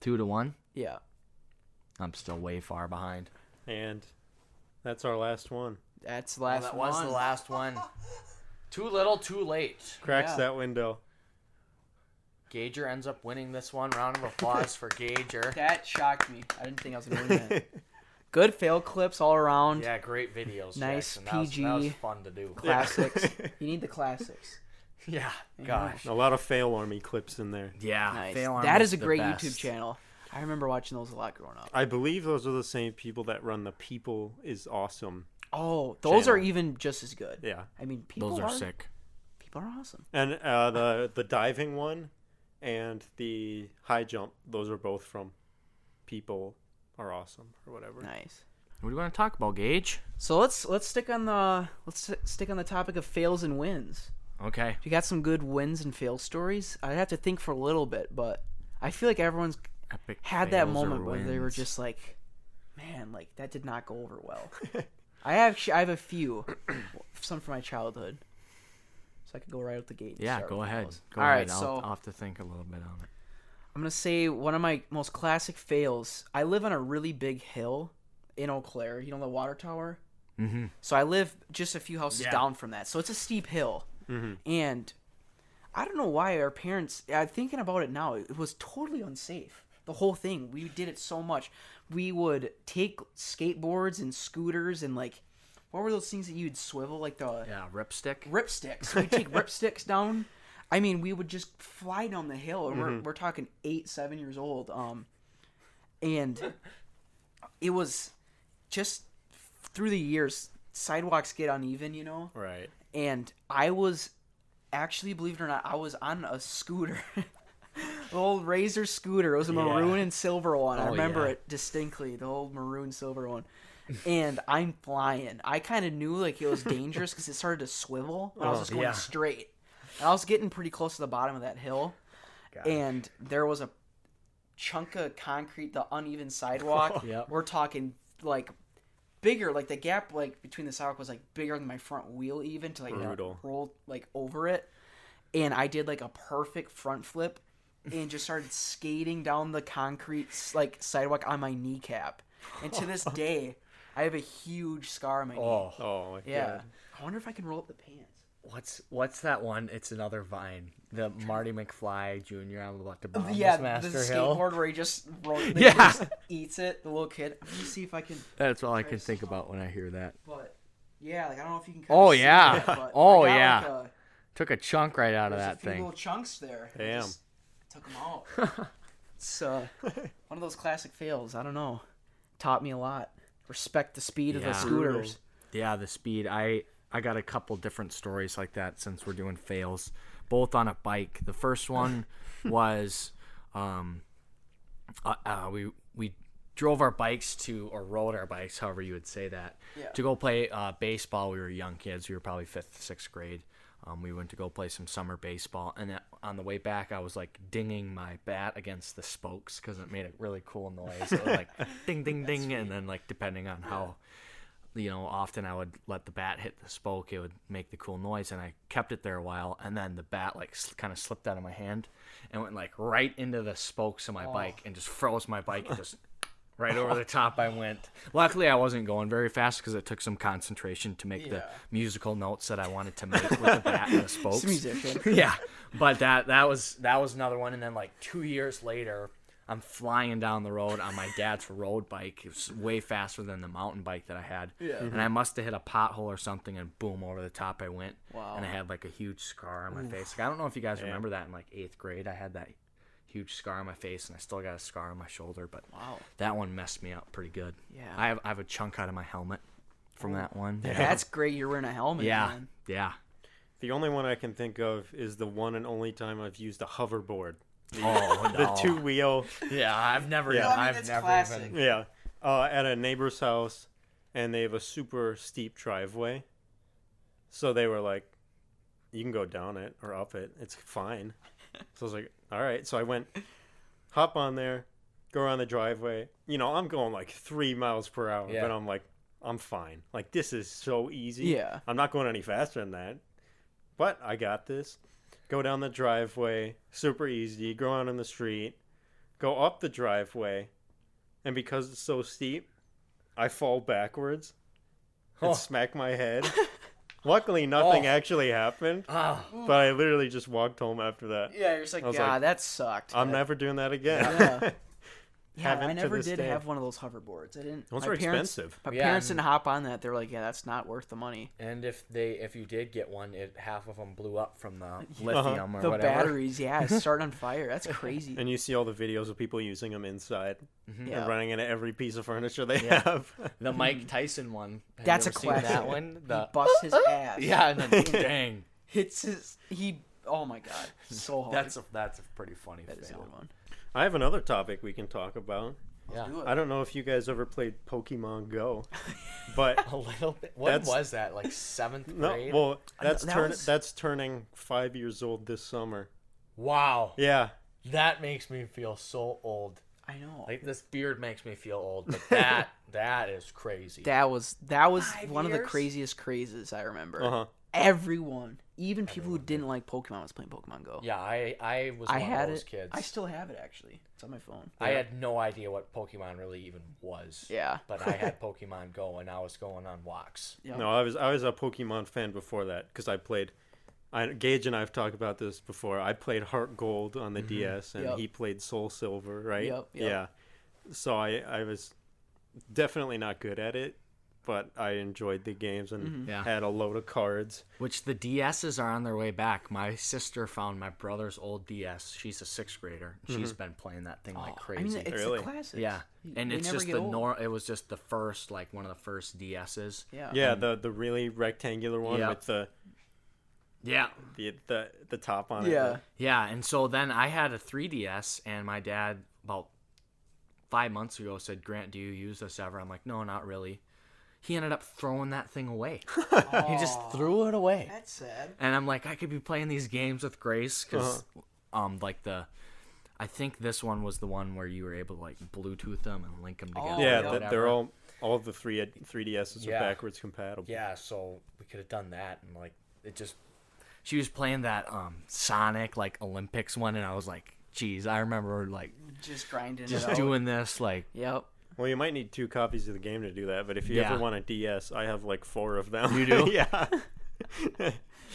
Speaker 1: two to one.
Speaker 2: Yeah.
Speaker 1: I'm still way far behind.
Speaker 3: And that's our last one.
Speaker 2: That's the last
Speaker 1: that
Speaker 2: one.
Speaker 1: was the last one. Too little, too late.
Speaker 3: Cracks
Speaker 2: Yeah.
Speaker 3: that window.
Speaker 1: Gager ends up winning this one. Round of applause for Gager.
Speaker 2: That shocked me. I didn't think I was gonna win that. Good fail clips all around.
Speaker 1: Yeah, great videos.
Speaker 2: Nice
Speaker 1: Jackson. That was- that was
Speaker 2: PG.
Speaker 1: fun to do.
Speaker 2: Classics. you need the classics.
Speaker 1: Yeah. Gosh.
Speaker 3: A lot of fail army clips in there.
Speaker 1: Yeah.
Speaker 2: Nice.
Speaker 1: Ah, Fail Army's
Speaker 2: that is a
Speaker 1: the
Speaker 2: great
Speaker 1: best.
Speaker 2: YouTube channel. I remember watching those a lot growing up.
Speaker 3: I believe those are the same people that run the People is Awesome.
Speaker 2: Oh, those
Speaker 3: Channel.
Speaker 2: are even just as good.
Speaker 3: Yeah.
Speaker 2: I mean, people
Speaker 1: Those are sick.
Speaker 2: People are awesome.
Speaker 3: And uh, the the diving one and the high jump, those are both from People Are Awesome or whatever.
Speaker 2: Nice.
Speaker 1: What do you want to talk about, Gage?
Speaker 2: So let's let's stick on the let's st- stick on the topic of fails and wins.
Speaker 1: Okay.
Speaker 2: You got some good wins and fail stories. I'd have to think for a little bit, but I feel like everyone's
Speaker 1: Epic
Speaker 2: had that
Speaker 1: fails or
Speaker 2: moment where they were
Speaker 1: wins.
Speaker 2: just like, "Man, like that did not go over well." I have I have a few, some from my childhood, so I could go right out the gate. and
Speaker 1: Yeah,
Speaker 2: start
Speaker 1: go
Speaker 2: with
Speaker 1: ahead.
Speaker 2: those.
Speaker 1: Go
Speaker 2: All
Speaker 1: ahead.
Speaker 2: right,
Speaker 1: I'll,
Speaker 2: so
Speaker 1: I'll have to think a little bit on it.
Speaker 2: I'm gonna say one of my most classic fails. I live on a really big hill in Eau Claire. You know the water tower. So I live just a few houses down from that. So it's a steep hill. And I don't know why our parents, I'm thinking about it now, it was totally unsafe. The whole thing. We did it so much. We would take skateboards and scooters and like, what were those things that you'd swivel? Like the
Speaker 1: Yeah, ripstick.
Speaker 2: ripsticks. We'd take ripsticks down. I mean, we would just fly down the hill. And we're, we're talking eight, seven years old. Um, and it was just through the years, sidewalks get uneven, you know?
Speaker 3: Right.
Speaker 2: and I was actually, believe it or not, I was on a scooter, An old Razor scooter. It was a maroon and silver one. I remember
Speaker 1: Oh, yeah.
Speaker 2: it distinctly, the old maroon silver one. And I'm flying. I kind of knew like it was dangerous because it started to swivel. And I was just going
Speaker 1: Oh, yeah.
Speaker 2: straight. And I was getting pretty close to the bottom of that hill, and there was a chunk of concrete, the uneven sidewalk.
Speaker 1: Yep.
Speaker 2: We're talking like bigger, like the gap like between the sidewalk was like bigger than my front wheel even to like not
Speaker 3: Brutal.
Speaker 2: roll like over it. And I did like a perfect front flip and just started skating down the concrete s- like sidewalk on my kneecap. And to this day, I have a huge scar on my knee.
Speaker 1: Oh,
Speaker 3: Oh, my
Speaker 2: Yeah.
Speaker 3: God.
Speaker 2: I wonder if I can roll up the pants.
Speaker 1: what's what's that one? It's another Vine. The Marty McFly Jr. I'm about to bomb
Speaker 2: Oh, yeah,
Speaker 1: this Master
Speaker 2: the
Speaker 1: Hill.
Speaker 2: skateboard where he just rolls,
Speaker 1: Yeah.
Speaker 2: just eats it. The little kid. I'm gonna see if I can.
Speaker 1: That's all I can think about when I hear that.
Speaker 2: But yeah, like I don't know if you can. kinda
Speaker 1: Oh,
Speaker 2: see
Speaker 1: yeah.
Speaker 2: that, but
Speaker 1: Oh,
Speaker 2: I got,
Speaker 1: yeah.
Speaker 2: Like a,
Speaker 1: Took a chunk right out of
Speaker 2: There's
Speaker 1: that
Speaker 2: a few
Speaker 1: thing.
Speaker 2: little chunks there. I
Speaker 3: Damn.
Speaker 2: just Took them out. it's uh, one of those classic fails. I don't know. Taught me a lot. Respect the speed of the
Speaker 1: Yeah.
Speaker 2: scooters.
Speaker 1: Yeah, the speed. I I got a couple different stories like that since we're doing fails, both on a bike. The first one was, um, uh, uh, we we drove our bikes to or rode our bikes, however you would say that,
Speaker 2: Yeah.
Speaker 1: to go play uh, baseball. We were young kids. We were probably fifth, sixth grade. Um, we went to go play some summer baseball, and then on the way back, I was like dinging my bat against the spokes because it made a really cool noise. It was like ding, ding, ding, and then like depending on how you know, often I would let the bat hit the spoke. It would make the cool noise, and I kept it there a while. And then the bat like sl- kind of slipped out of my hand and went like right into the spokes of my bike and just froze my bike and just right over the top I went. Luckily, I wasn't going very fast because it took some concentration to make the musical notes that I wanted to make with the bat and the spokes
Speaker 2: Musician.
Speaker 1: yeah but that that was that was another one and then like two years later i'm flying down the road on my dad's road bike it was way faster than the mountain bike that i had yeah. and i must have hit a pothole or something and boom over the top i went wow. and i had like a huge scar on my face like i don't know if you guys remember that in like eighth grade i had that huge scar on my face and i still got a scar on my shoulder but
Speaker 2: Wow.
Speaker 1: that one messed me up pretty good
Speaker 2: Yeah.
Speaker 1: i have, I have a chunk out of my helmet from that one
Speaker 2: That's great. You're wearing a helmet.
Speaker 1: yeah
Speaker 2: man.
Speaker 1: yeah
Speaker 3: The only one I can think of is the one and only time I've used a hoverboard.
Speaker 1: oh
Speaker 3: The two wheel.
Speaker 1: yeah i've never yeah,
Speaker 2: I mean,
Speaker 1: i've
Speaker 2: that's
Speaker 1: never
Speaker 2: classic.
Speaker 1: even
Speaker 3: Yeah. Uh, at a neighbor's house, and they have a super steep driveway. So they were like, you can go down it or up it. It's fine. So I was like, all right. So I went, hop on there, go around the driveway. You know, I'm going like three miles per hour,
Speaker 1: Yeah.
Speaker 3: but I'm like, I'm fine. Like, this is so easy.
Speaker 2: Yeah.
Speaker 3: I'm not going any faster than that. But I got this. Go down the driveway, super easy. Go out on the street, go up the driveway, and because it's so steep, I fall backwards and
Speaker 1: Oh.
Speaker 3: smack my head. Luckily, nothing
Speaker 1: Oh.
Speaker 3: actually happened,
Speaker 1: Oh,
Speaker 3: but I literally just walked home after that.
Speaker 2: Yeah. You're just like,
Speaker 3: I
Speaker 2: God,
Speaker 3: was like,
Speaker 2: that sucked.
Speaker 3: I'm
Speaker 2: That-
Speaker 3: never doing that again.
Speaker 2: Yeah. Yeah,
Speaker 3: Haven't
Speaker 2: I
Speaker 3: to
Speaker 2: never
Speaker 3: this
Speaker 2: did
Speaker 3: day.
Speaker 2: have one of those hoverboards. I didn't.
Speaker 3: Those
Speaker 2: my
Speaker 3: are
Speaker 2: parents,
Speaker 3: expensive.
Speaker 2: My
Speaker 1: Yeah,
Speaker 2: parents
Speaker 1: and-
Speaker 2: didn't hop on that. They're like, yeah, that's not worth the money.
Speaker 1: and if they if you did get one, it half of them blew up from the lithium or
Speaker 2: the
Speaker 1: whatever.
Speaker 2: batteries, yeah, it's starting on fire. That's crazy.
Speaker 3: And you see all the videos of people using them inside
Speaker 2: Mm-hmm. yeah.
Speaker 3: and running into every piece of furniture they have.
Speaker 1: The Mike Tyson one. Have you
Speaker 2: That's a
Speaker 1: ever seen
Speaker 2: classic.
Speaker 1: That one.
Speaker 2: He
Speaker 1: The
Speaker 2: busts his ass.
Speaker 1: yeah, and then dang,
Speaker 2: hits his he oh my god so hard
Speaker 1: that's a that's a pretty funny
Speaker 2: that is a
Speaker 1: fail.
Speaker 2: good one
Speaker 3: I have another topic we can talk about.
Speaker 1: Yeah.
Speaker 2: do it.
Speaker 3: I don't know if you guys ever played Pokemon Go, but
Speaker 1: A little bit. When
Speaker 3: That's-
Speaker 1: was that? Like seventh
Speaker 3: no,
Speaker 1: grade.
Speaker 3: well, that's
Speaker 2: that
Speaker 3: turn,
Speaker 2: was-
Speaker 3: that's turning five years old this summer.
Speaker 1: wow,
Speaker 3: Yeah,
Speaker 1: that makes me feel so old.
Speaker 2: i know
Speaker 1: Like this beard makes me feel old, but that that is crazy.
Speaker 2: that was that was
Speaker 1: Five
Speaker 2: one of the
Speaker 1: years?
Speaker 2: craziest crazes i remember
Speaker 3: uh huh.
Speaker 2: everyone even people who didn't like Pokemon was playing Pokemon Go.
Speaker 4: Yeah, I I was
Speaker 2: I
Speaker 4: one
Speaker 2: had
Speaker 4: of those
Speaker 2: it.
Speaker 4: kids.
Speaker 2: I still have it actually. It's on my phone.
Speaker 4: I had no idea what Pokemon really even was.
Speaker 2: Yeah.
Speaker 4: But I had Pokemon Go and I was going on walks.
Speaker 2: Yeah.
Speaker 3: No, I was I was a Pokemon fan before that because I played. I, Gage and I've talked about this before. I played Heart Gold on the DS, and
Speaker 2: Mm-hmm. Yep.
Speaker 3: he played Soul Silver, right?
Speaker 2: Yep,
Speaker 3: Yeah.
Speaker 2: yep.
Speaker 3: So I I was definitely not good at it, but I enjoyed the games and
Speaker 2: Mm-hmm.
Speaker 1: Yeah.
Speaker 3: had a load of cards.
Speaker 1: Which the DSs are on their way back. My sister found my brother's old DS. She's a sixth grader. and She's been playing that thing like
Speaker 2: Mm-hmm. Oh, I
Speaker 1: crazy.
Speaker 2: mean, it's
Speaker 3: Really?
Speaker 2: the classics.
Speaker 1: yeah,
Speaker 2: You-
Speaker 1: and
Speaker 2: they
Speaker 1: it's
Speaker 2: never
Speaker 1: just
Speaker 2: get
Speaker 1: the
Speaker 2: old.
Speaker 1: nor. It was just the first, like one of the first DSs.
Speaker 2: Yeah.
Speaker 3: Yeah, the the really rectangular one
Speaker 1: Yeah.
Speaker 3: with the,
Speaker 1: Yeah,
Speaker 3: the the the top on it.
Speaker 2: Yeah.
Speaker 3: the-
Speaker 1: yeah. And so then I had a 3DS, and my dad about five months ago said, "Grant, do you use this ever?" I'm like, "No, not really." He ended up throwing that thing away. he just threw it away.
Speaker 2: That's sad.
Speaker 1: and I'm like, I could be playing these games with Grace because,
Speaker 3: Uh-huh.
Speaker 1: um, like the, I think this one was the one where you were able to like Bluetooth them and link them together.
Speaker 2: Oh,
Speaker 3: Yeah,
Speaker 2: yeah.
Speaker 3: th- they're all all the three three DSs
Speaker 4: Yeah.
Speaker 3: are backwards compatible.
Speaker 4: Yeah, so we could have done that and like it just
Speaker 1: She was playing that um Sonic like Olympics one, and I was like, geez, I remember like
Speaker 2: Just grinding
Speaker 1: just
Speaker 2: it out.
Speaker 1: doing this like.
Speaker 2: Yep.
Speaker 3: Well, you might need two copies of the game to do that, but if you
Speaker 1: Yeah.
Speaker 3: ever want a DS, I have like four of them.
Speaker 1: You do?
Speaker 3: yeah.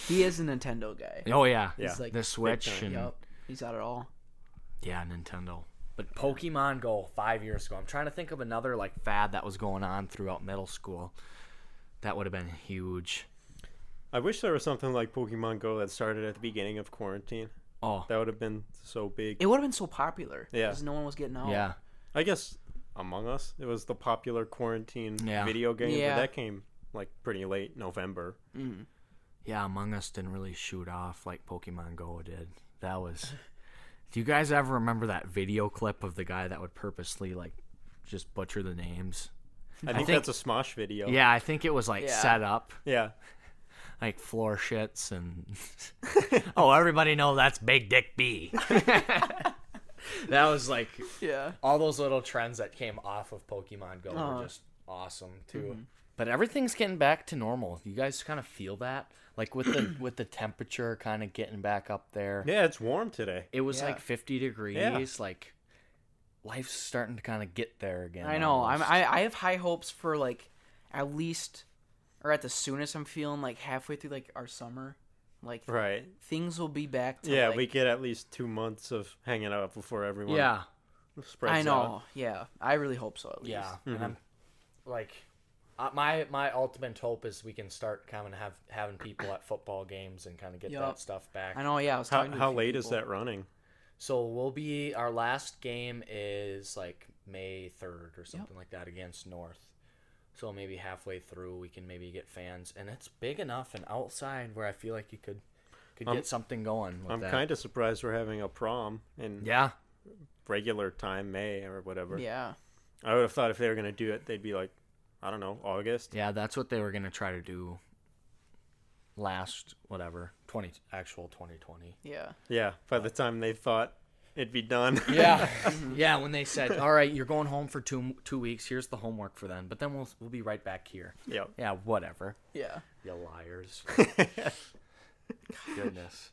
Speaker 2: He is a Nintendo guy.
Speaker 1: Oh yeah,
Speaker 3: Yeah. like,
Speaker 1: the Switch and
Speaker 2: Yep. He's got it all.
Speaker 1: yeah, Nintendo.
Speaker 4: but Pokemon Go five years ago. I'm trying to think of another like
Speaker 1: Fad that was going on throughout middle school. That would have been huge.
Speaker 3: I wish there was something like Pokemon Go that started at the beginning of quarantine.
Speaker 1: Oh
Speaker 3: That would have been so big.
Speaker 2: It would have been so popular.
Speaker 3: Yeah.
Speaker 2: Because no one was getting out.
Speaker 1: yeah,
Speaker 3: I guess Among Us, it was the popular quarantine
Speaker 1: Yeah.
Speaker 3: video game,
Speaker 2: Yeah.
Speaker 3: but that came like pretty late November.
Speaker 1: Yeah, Among Us didn't really shoot off like Pokemon Go did. That was. Do you guys ever remember that video clip of the guy that would purposely like just butcher the names?
Speaker 3: I think,
Speaker 1: think-
Speaker 3: that's a Smosh video.
Speaker 1: Yeah, I think it was like
Speaker 2: Yeah.
Speaker 1: set up
Speaker 3: Oh. Yeah.
Speaker 1: like floor shits and oh, everybody know that's Big Dick B.
Speaker 4: that was like
Speaker 2: Yeah.
Speaker 4: all those little trends that came off of Pokemon Go
Speaker 2: Uh-huh. Mm-hmm.
Speaker 4: were just awesome too.
Speaker 1: But everything's getting back to normal. You guys kind of feel that like with the with the temperature kind of getting back up there.
Speaker 3: Yeah, it's warm today.
Speaker 1: It was
Speaker 2: Yeah.
Speaker 1: like 50 degrees. Like life's starting to kind of get there again.
Speaker 2: I know. I'm,
Speaker 1: almost.
Speaker 2: I I have high hopes for like at least, or at the soonest, I'm feeling like halfway through like our summer, like
Speaker 3: Right.
Speaker 2: things will be back. To,
Speaker 3: Yeah,
Speaker 2: like,
Speaker 3: we get at least two months of hanging out before everyone
Speaker 1: Yeah.
Speaker 3: spreads
Speaker 2: I know.
Speaker 3: out.
Speaker 2: Yeah, I really hope so. At least.
Speaker 4: Yeah, and I'm
Speaker 3: Mm-hmm.
Speaker 4: like, uh, my my ultimate hope is we can start kind of have having people at football games and kind of get
Speaker 2: Yup.
Speaker 4: that stuff back.
Speaker 2: I know. Yeah. I was
Speaker 3: How,
Speaker 2: talking to a
Speaker 3: how
Speaker 2: few
Speaker 3: late is
Speaker 2: people.
Speaker 3: that running?
Speaker 4: So we'll be our last game is like May third or something like that against North. So maybe halfway through we can maybe get fans, and it's big enough and outside where I feel like you could could
Speaker 1: I'm-
Speaker 4: get something going. With
Speaker 3: I'm
Speaker 4: that.
Speaker 3: kind of surprised we're having a prom in
Speaker 1: Yeah.
Speaker 3: regular time, May or whatever.
Speaker 2: Yeah.
Speaker 3: I would have thought if they were going to do it, they'd be like, I don't know, August.
Speaker 1: Yeah, that's what they were gonna try to do. Last whatever.
Speaker 4: twenty actual twenty twenty.
Speaker 2: Yeah.
Speaker 3: Yeah, by the time they thought it'd be done.
Speaker 1: Yeah, yeah. When they said, "All right, you're going home for two two weeks. Here's the homework for them," but then we'll we'll be right back here.
Speaker 3: yeah.
Speaker 1: Yeah, whatever.
Speaker 2: Yeah.
Speaker 4: You liars. Goodness.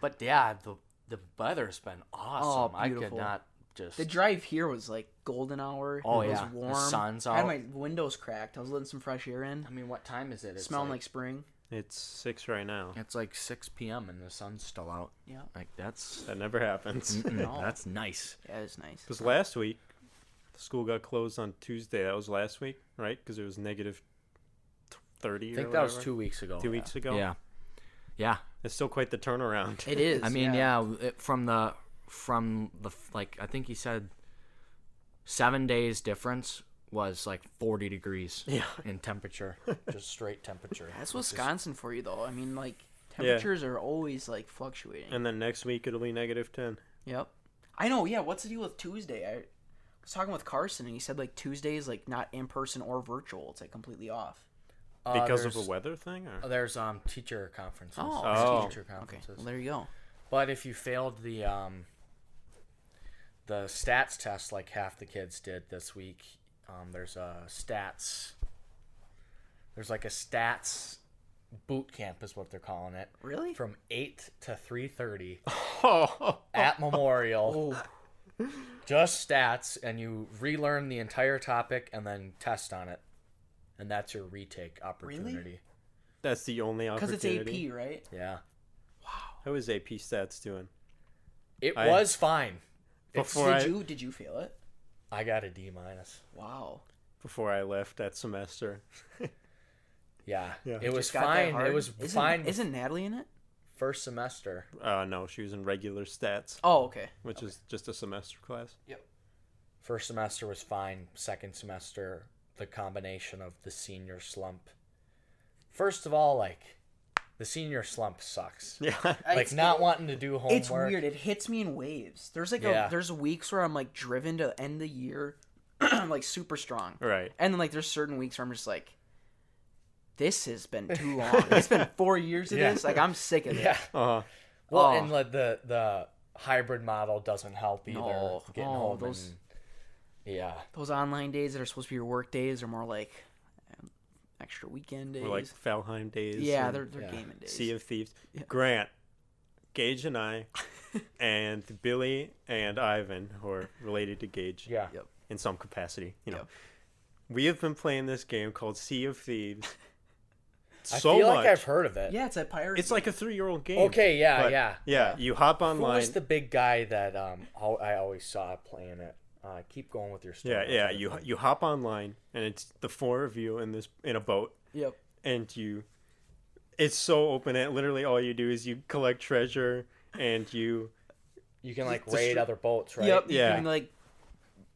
Speaker 4: But yeah, the the weather's been
Speaker 1: Oh,
Speaker 4: awesome. I could
Speaker 2: beautiful.
Speaker 4: not just
Speaker 2: The drive here was like golden hour.
Speaker 4: Oh,
Speaker 2: it was
Speaker 4: yeah. The
Speaker 2: warm.
Speaker 4: sun's
Speaker 2: I had
Speaker 4: out.
Speaker 2: my windows cracked. I was letting some fresh air in.
Speaker 4: I mean, what time is it? It's
Speaker 2: smelling like spring.
Speaker 3: It's 6 right now.
Speaker 1: It's like 6 p.m. and the sun's still out.
Speaker 2: Yeah.
Speaker 1: Like that's
Speaker 3: That never happens.
Speaker 2: No.
Speaker 1: that's nice.
Speaker 2: Yeah, it's nice.
Speaker 3: Because last week, the school got closed on Tuesday. That was last week, right? Because it was negative t- 30
Speaker 4: I
Speaker 3: or
Speaker 4: think that was
Speaker 3: whatever,
Speaker 4: two weeks ago.
Speaker 3: two weeks ago.
Speaker 1: Yeah, yeah.
Speaker 3: It's still quite the turnaround.
Speaker 2: It is.
Speaker 1: I mean, yeah. it, from the from the f- like, I think he said seven days difference was like 40 degrees yeah. in temperature.
Speaker 4: Just straight temperature.
Speaker 2: That's Wisconsin for you, though. I mean, like temperatures are always like fluctuating.
Speaker 3: And then next week, it'll be negative 10.
Speaker 2: yep. I know. Yeah. What's the deal with Tuesday? I was talking with Carson, and he said like Tuesday is like not in person or virtual. It's like completely off.
Speaker 4: Uh,
Speaker 3: Because of
Speaker 4: there's-
Speaker 3: a weather thing? Or?
Speaker 4: There's um teacher conferences.
Speaker 2: Oh.
Speaker 4: There's
Speaker 3: Oh.
Speaker 4: teacher
Speaker 2: Okay.
Speaker 4: conferences.
Speaker 2: Well, there you go.
Speaker 4: But if you failed the um the stats test like half the kids did this week, um, there's a stats there's like a stats
Speaker 1: boot camp is what they're calling it.
Speaker 2: Really?
Speaker 1: From eight to three thirty
Speaker 3: Oh,
Speaker 1: at Memorial. Just stats, and you relearn the entire topic and then test on it, and that's your retake opportunity.
Speaker 3: that's the only
Speaker 2: Because
Speaker 3: opportunity.
Speaker 2: it's AP, right?
Speaker 1: Yeah,
Speaker 3: How is AP stats doing?
Speaker 1: it
Speaker 3: I-
Speaker 1: was fine.
Speaker 3: Before I
Speaker 2: did you did you feel it?
Speaker 1: I got a D minus.
Speaker 2: Wow.
Speaker 3: before I left that semester,
Speaker 1: Yeah,
Speaker 3: Yeah.
Speaker 1: it was
Speaker 2: Got that
Speaker 1: fine. It
Speaker 2: hard?
Speaker 1: was
Speaker 2: isn't,
Speaker 1: fine
Speaker 2: Isn't Natalie in it?
Speaker 1: first semester.
Speaker 3: uh, no, she was in regular stats,
Speaker 2: Oh, okay.
Speaker 3: which is just a semester class.
Speaker 1: First semester was fine. Second semester, the combination of the senior slump. First of all, like the senior slump sucks.
Speaker 3: Yeah,
Speaker 1: Like
Speaker 2: It's-
Speaker 1: not wanting to do homework.
Speaker 2: It's weird. It hits me in waves. There's like
Speaker 1: Yeah.
Speaker 2: a, there's weeks where I'm like driven to end the year, like super strong.
Speaker 3: right.
Speaker 2: And then like there's certain weeks where I'm just like, this has been too long. it's been four years of
Speaker 1: Yeah.
Speaker 2: this. Like I'm sick of
Speaker 1: Yeah.
Speaker 2: this.
Speaker 3: Uh,
Speaker 1: Well,
Speaker 2: Oh.
Speaker 1: and like the the hybrid model doesn't help either.
Speaker 2: No.
Speaker 1: Getting
Speaker 2: Oh,
Speaker 1: home
Speaker 2: those-
Speaker 1: and- yeah.
Speaker 2: Those online days that are supposed to be your work days are more like um, extra weekend days.
Speaker 3: or like Valheim days.
Speaker 2: yeah,
Speaker 3: and
Speaker 2: they're they're
Speaker 1: yeah.
Speaker 2: gaming days.
Speaker 3: Sea of Thieves. Grant, Gage, and I, and Billy and Ivan, who are related to Gage
Speaker 1: Yeah.
Speaker 2: Yep.
Speaker 3: in some capacity, you know,
Speaker 2: Yep.
Speaker 3: we have been playing this game called Sea of Thieves.
Speaker 1: I
Speaker 3: so
Speaker 1: feel
Speaker 3: much.
Speaker 1: like I've heard of it.
Speaker 2: yeah, it's a pirate.
Speaker 3: It's like a three-year-old game.
Speaker 1: Okay, yeah,
Speaker 3: but-
Speaker 1: yeah.
Speaker 3: Yeah, you hop
Speaker 1: Who
Speaker 3: online.
Speaker 1: was the big guy that um al- I always saw playing it? Uh, keep going with your story.
Speaker 3: Yeah,
Speaker 1: I'll
Speaker 3: yeah.
Speaker 1: try to
Speaker 3: You
Speaker 1: find-
Speaker 3: you hop online, and it's the four of you in this in a boat,
Speaker 2: yep.
Speaker 3: and you. It's so open. And literally, all you do is you collect treasure, and you
Speaker 1: you can like
Speaker 3: Just-
Speaker 1: raid other boats, right?
Speaker 2: Yep. You
Speaker 3: Yeah.
Speaker 2: can like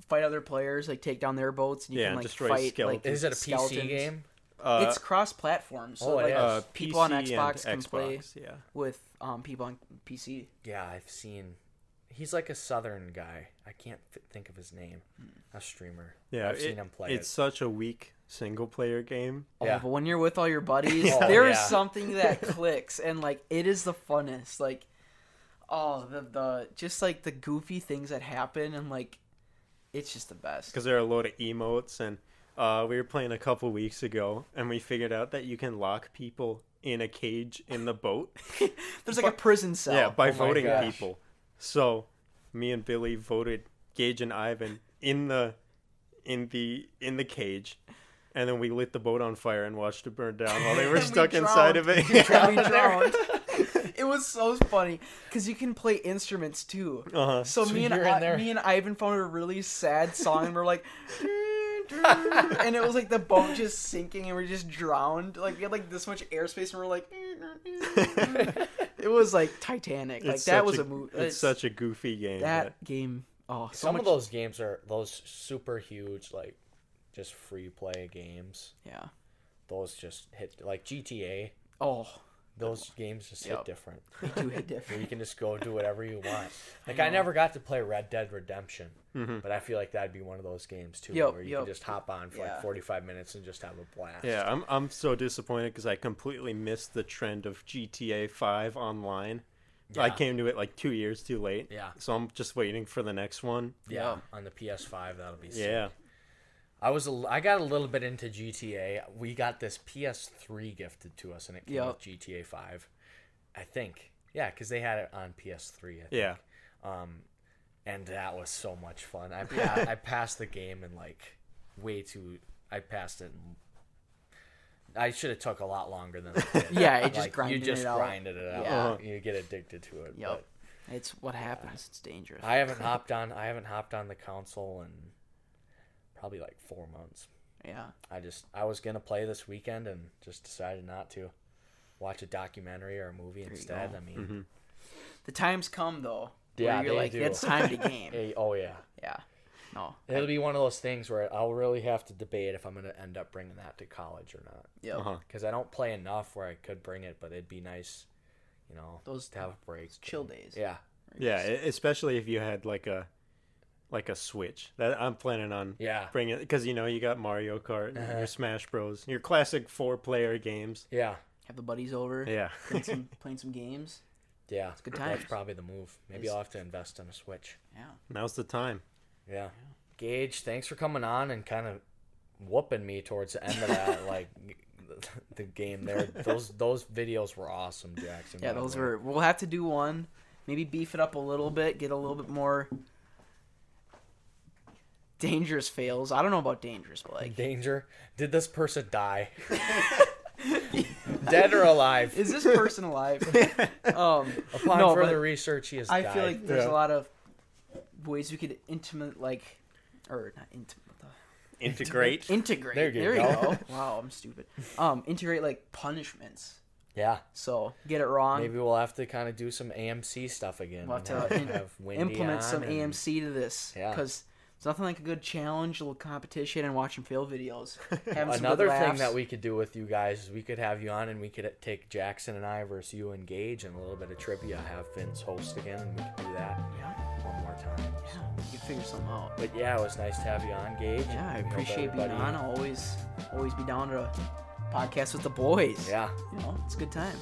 Speaker 2: fight other players, like take down their boats, and you
Speaker 3: Yeah,
Speaker 2: can like
Speaker 3: destroy
Speaker 2: fight like
Speaker 3: skeletons.
Speaker 1: Is it a PC
Speaker 2: skeletons.
Speaker 1: game?
Speaker 3: uh,
Speaker 2: it's cross platform, so
Speaker 1: Oh, it
Speaker 2: like
Speaker 1: is.
Speaker 3: uh,
Speaker 2: people on
Speaker 3: PC and
Speaker 2: Xbox can play
Speaker 3: Xbox, Yeah,
Speaker 2: with um people on PC.
Speaker 1: Yeah, I've seen. He's like a southern guy. I can't th- think of his name. A streamer.
Speaker 3: yeah.
Speaker 1: I've seen
Speaker 3: it-
Speaker 1: him play
Speaker 3: It's such a weak single player game.
Speaker 1: it.
Speaker 2: Yeah.
Speaker 1: Yeah.
Speaker 2: Oh, but when you're with all your buddies,
Speaker 1: Oh,
Speaker 2: there is
Speaker 1: yeah.
Speaker 2: something that clicks, and like it is the funnest. Like, oh, the the just like the goofy things that happen, and like it's just the best.
Speaker 3: because there are a load of emotes and uh, we were playing a couple weeks ago and we figured out that you can lock people in a cage in the boat
Speaker 2: There's like a prison cell.
Speaker 3: yeah by
Speaker 1: Oh my
Speaker 3: voting
Speaker 1: gosh.
Speaker 3: people so me and billy voted gage and ivan in the in the in the cage and then we lit the boat on fire and watched it burn down while they were
Speaker 2: We
Speaker 3: stuck inside of it
Speaker 2: Yeah, we drowned. it was so funny because you can play instruments too.
Speaker 3: Uh-huh.
Speaker 2: So, me and
Speaker 1: you're in
Speaker 2: I,
Speaker 1: there.
Speaker 2: me and Ivan found a really sad song and we're like, and it was like the boat just sinking and we just drowned. Like we had like this much airspace and we're like, it was like Titanic. Like
Speaker 3: It's
Speaker 2: that
Speaker 3: such
Speaker 2: was a, movie.
Speaker 3: it's, such a goofy game
Speaker 2: that game. Oh, so
Speaker 1: Some
Speaker 2: much.
Speaker 1: of those games are those super huge, like just free play games.
Speaker 2: yeah.
Speaker 1: Those just hit like GTA.
Speaker 2: Oh,
Speaker 1: Those games just
Speaker 2: Yep.
Speaker 1: hit different.
Speaker 2: they do hit different.
Speaker 1: Where you can just go do whatever you want. Like I, never got to play Red Dead Redemption, but I feel like that'd be one of those games too,
Speaker 2: Yep,
Speaker 1: where you
Speaker 2: yep.
Speaker 1: can just hop on for
Speaker 2: Yeah.
Speaker 1: like forty-five minutes and just have a blast.
Speaker 3: yeah i'm, I'm so disappointed because i completely missed the trend of gta 5 online I
Speaker 1: Yeah.
Speaker 3: came to it like two years too late.
Speaker 1: Yeah.
Speaker 3: So I'm just waiting for the next one.
Speaker 1: Yeah, Um, on the PS5, that'll be sick.
Speaker 3: Yeah.
Speaker 1: I was a l- I got a little bit into GTA. We got this PS3 gifted to us, and it came
Speaker 2: Yep.
Speaker 1: with GTA 5, I think. Yeah, because they had it on PS3. I think.
Speaker 3: Yeah.
Speaker 1: and that was so much fun. I pa- I passed the game in like way too. I passed it. In, I should have took a lot longer than I did.
Speaker 2: Yeah, it just
Speaker 1: Like,
Speaker 2: grinded
Speaker 1: you just
Speaker 2: it out.
Speaker 1: grinded it out.
Speaker 2: Yeah.
Speaker 1: You get addicted to it.
Speaker 2: Yep. It's what happens. It's dangerous.
Speaker 1: But I haven't hopped on. I haven't hopped on the console in probably like four months.
Speaker 2: yeah.
Speaker 1: I just I was gonna play this weekend and just decided not to. Watch a documentary or a movie instead. I mean,
Speaker 2: The times come though.
Speaker 1: Yeah,
Speaker 2: where you're
Speaker 1: they
Speaker 2: like,
Speaker 1: do.
Speaker 2: it's time to game.
Speaker 1: hey, oh yeah,
Speaker 2: Yeah. No.
Speaker 1: it'll be one of those things where I'll really have to debate if I'm gonna end up bringing that to college or not.
Speaker 2: Yep.
Speaker 3: Uh-huh.
Speaker 1: Because I don't play enough where I could bring it, but it'd be nice, you know,
Speaker 2: Those-
Speaker 1: to have a break.
Speaker 2: Chill days.
Speaker 1: Yeah,
Speaker 3: Yeah. e- Especially if you had like a like a Switch. That I'm planning on
Speaker 1: yeah,
Speaker 3: bringing because you know you got Mario Kart, and your Smash Bros, your classic four player games.
Speaker 1: yeah,
Speaker 2: Have the buddies over.
Speaker 3: Yeah.
Speaker 2: Playing some, playing some games.
Speaker 1: yeah.
Speaker 2: good
Speaker 1: That's
Speaker 2: times.
Speaker 1: probably the move. Maybe I'll have to invest in a Switch.
Speaker 2: Yeah.
Speaker 3: Now's the time.
Speaker 1: Yeah. Gage, thanks for coming on and kind of whooping me towards the end of that like the game there. Those those videos were awesome, Jackson.
Speaker 2: Yeah,
Speaker 1: by the
Speaker 2: those
Speaker 1: way.
Speaker 2: were. We'll have to do one. Maybe beef it up a little bit. Get a little bit more dangerous fails. I don't know about dangerous, but like,
Speaker 1: danger. Did this person die? Dead or alive?
Speaker 2: is this person alive? um,
Speaker 1: Upon
Speaker 2: No, but
Speaker 1: further research, he has
Speaker 2: I
Speaker 1: died.
Speaker 2: feel like there's
Speaker 3: Yeah.
Speaker 2: a lot of ways we could intimate, like, or not intimate. what the-
Speaker 3: Integrate.
Speaker 2: Integrate. There
Speaker 1: There
Speaker 2: you,
Speaker 1: you
Speaker 2: go.
Speaker 1: go.
Speaker 2: wow, I'm stupid. Um, integrate like punishments.
Speaker 1: yeah.
Speaker 2: So get it wrong.
Speaker 1: Maybe we'll have to kind of do some AMC stuff again.
Speaker 2: We'll have
Speaker 1: and
Speaker 2: to in-
Speaker 1: Wendy
Speaker 2: implement some
Speaker 1: on and-
Speaker 2: AMC to this
Speaker 1: Yeah.
Speaker 2: because it's nothing like a good challenge, a little competition, and watching fail videos. Having some
Speaker 1: Another
Speaker 2: good
Speaker 1: thing
Speaker 2: laughs.
Speaker 1: that we could do with you guys is we could have you on and we could take Jackson and I versus you and Gage and a little bit of trivia. Have Vince host again and we could do that
Speaker 2: Yeah.
Speaker 1: one more time.
Speaker 2: yeah, we can figure something out.
Speaker 1: But yeah, it was nice to have you on, Gage.
Speaker 2: Yeah, I
Speaker 1: We hope
Speaker 2: appreciate being
Speaker 1: everybody-
Speaker 2: on. I'll Always, always be down to podcast with the boys.
Speaker 1: Yeah.
Speaker 2: you know, it's a good time.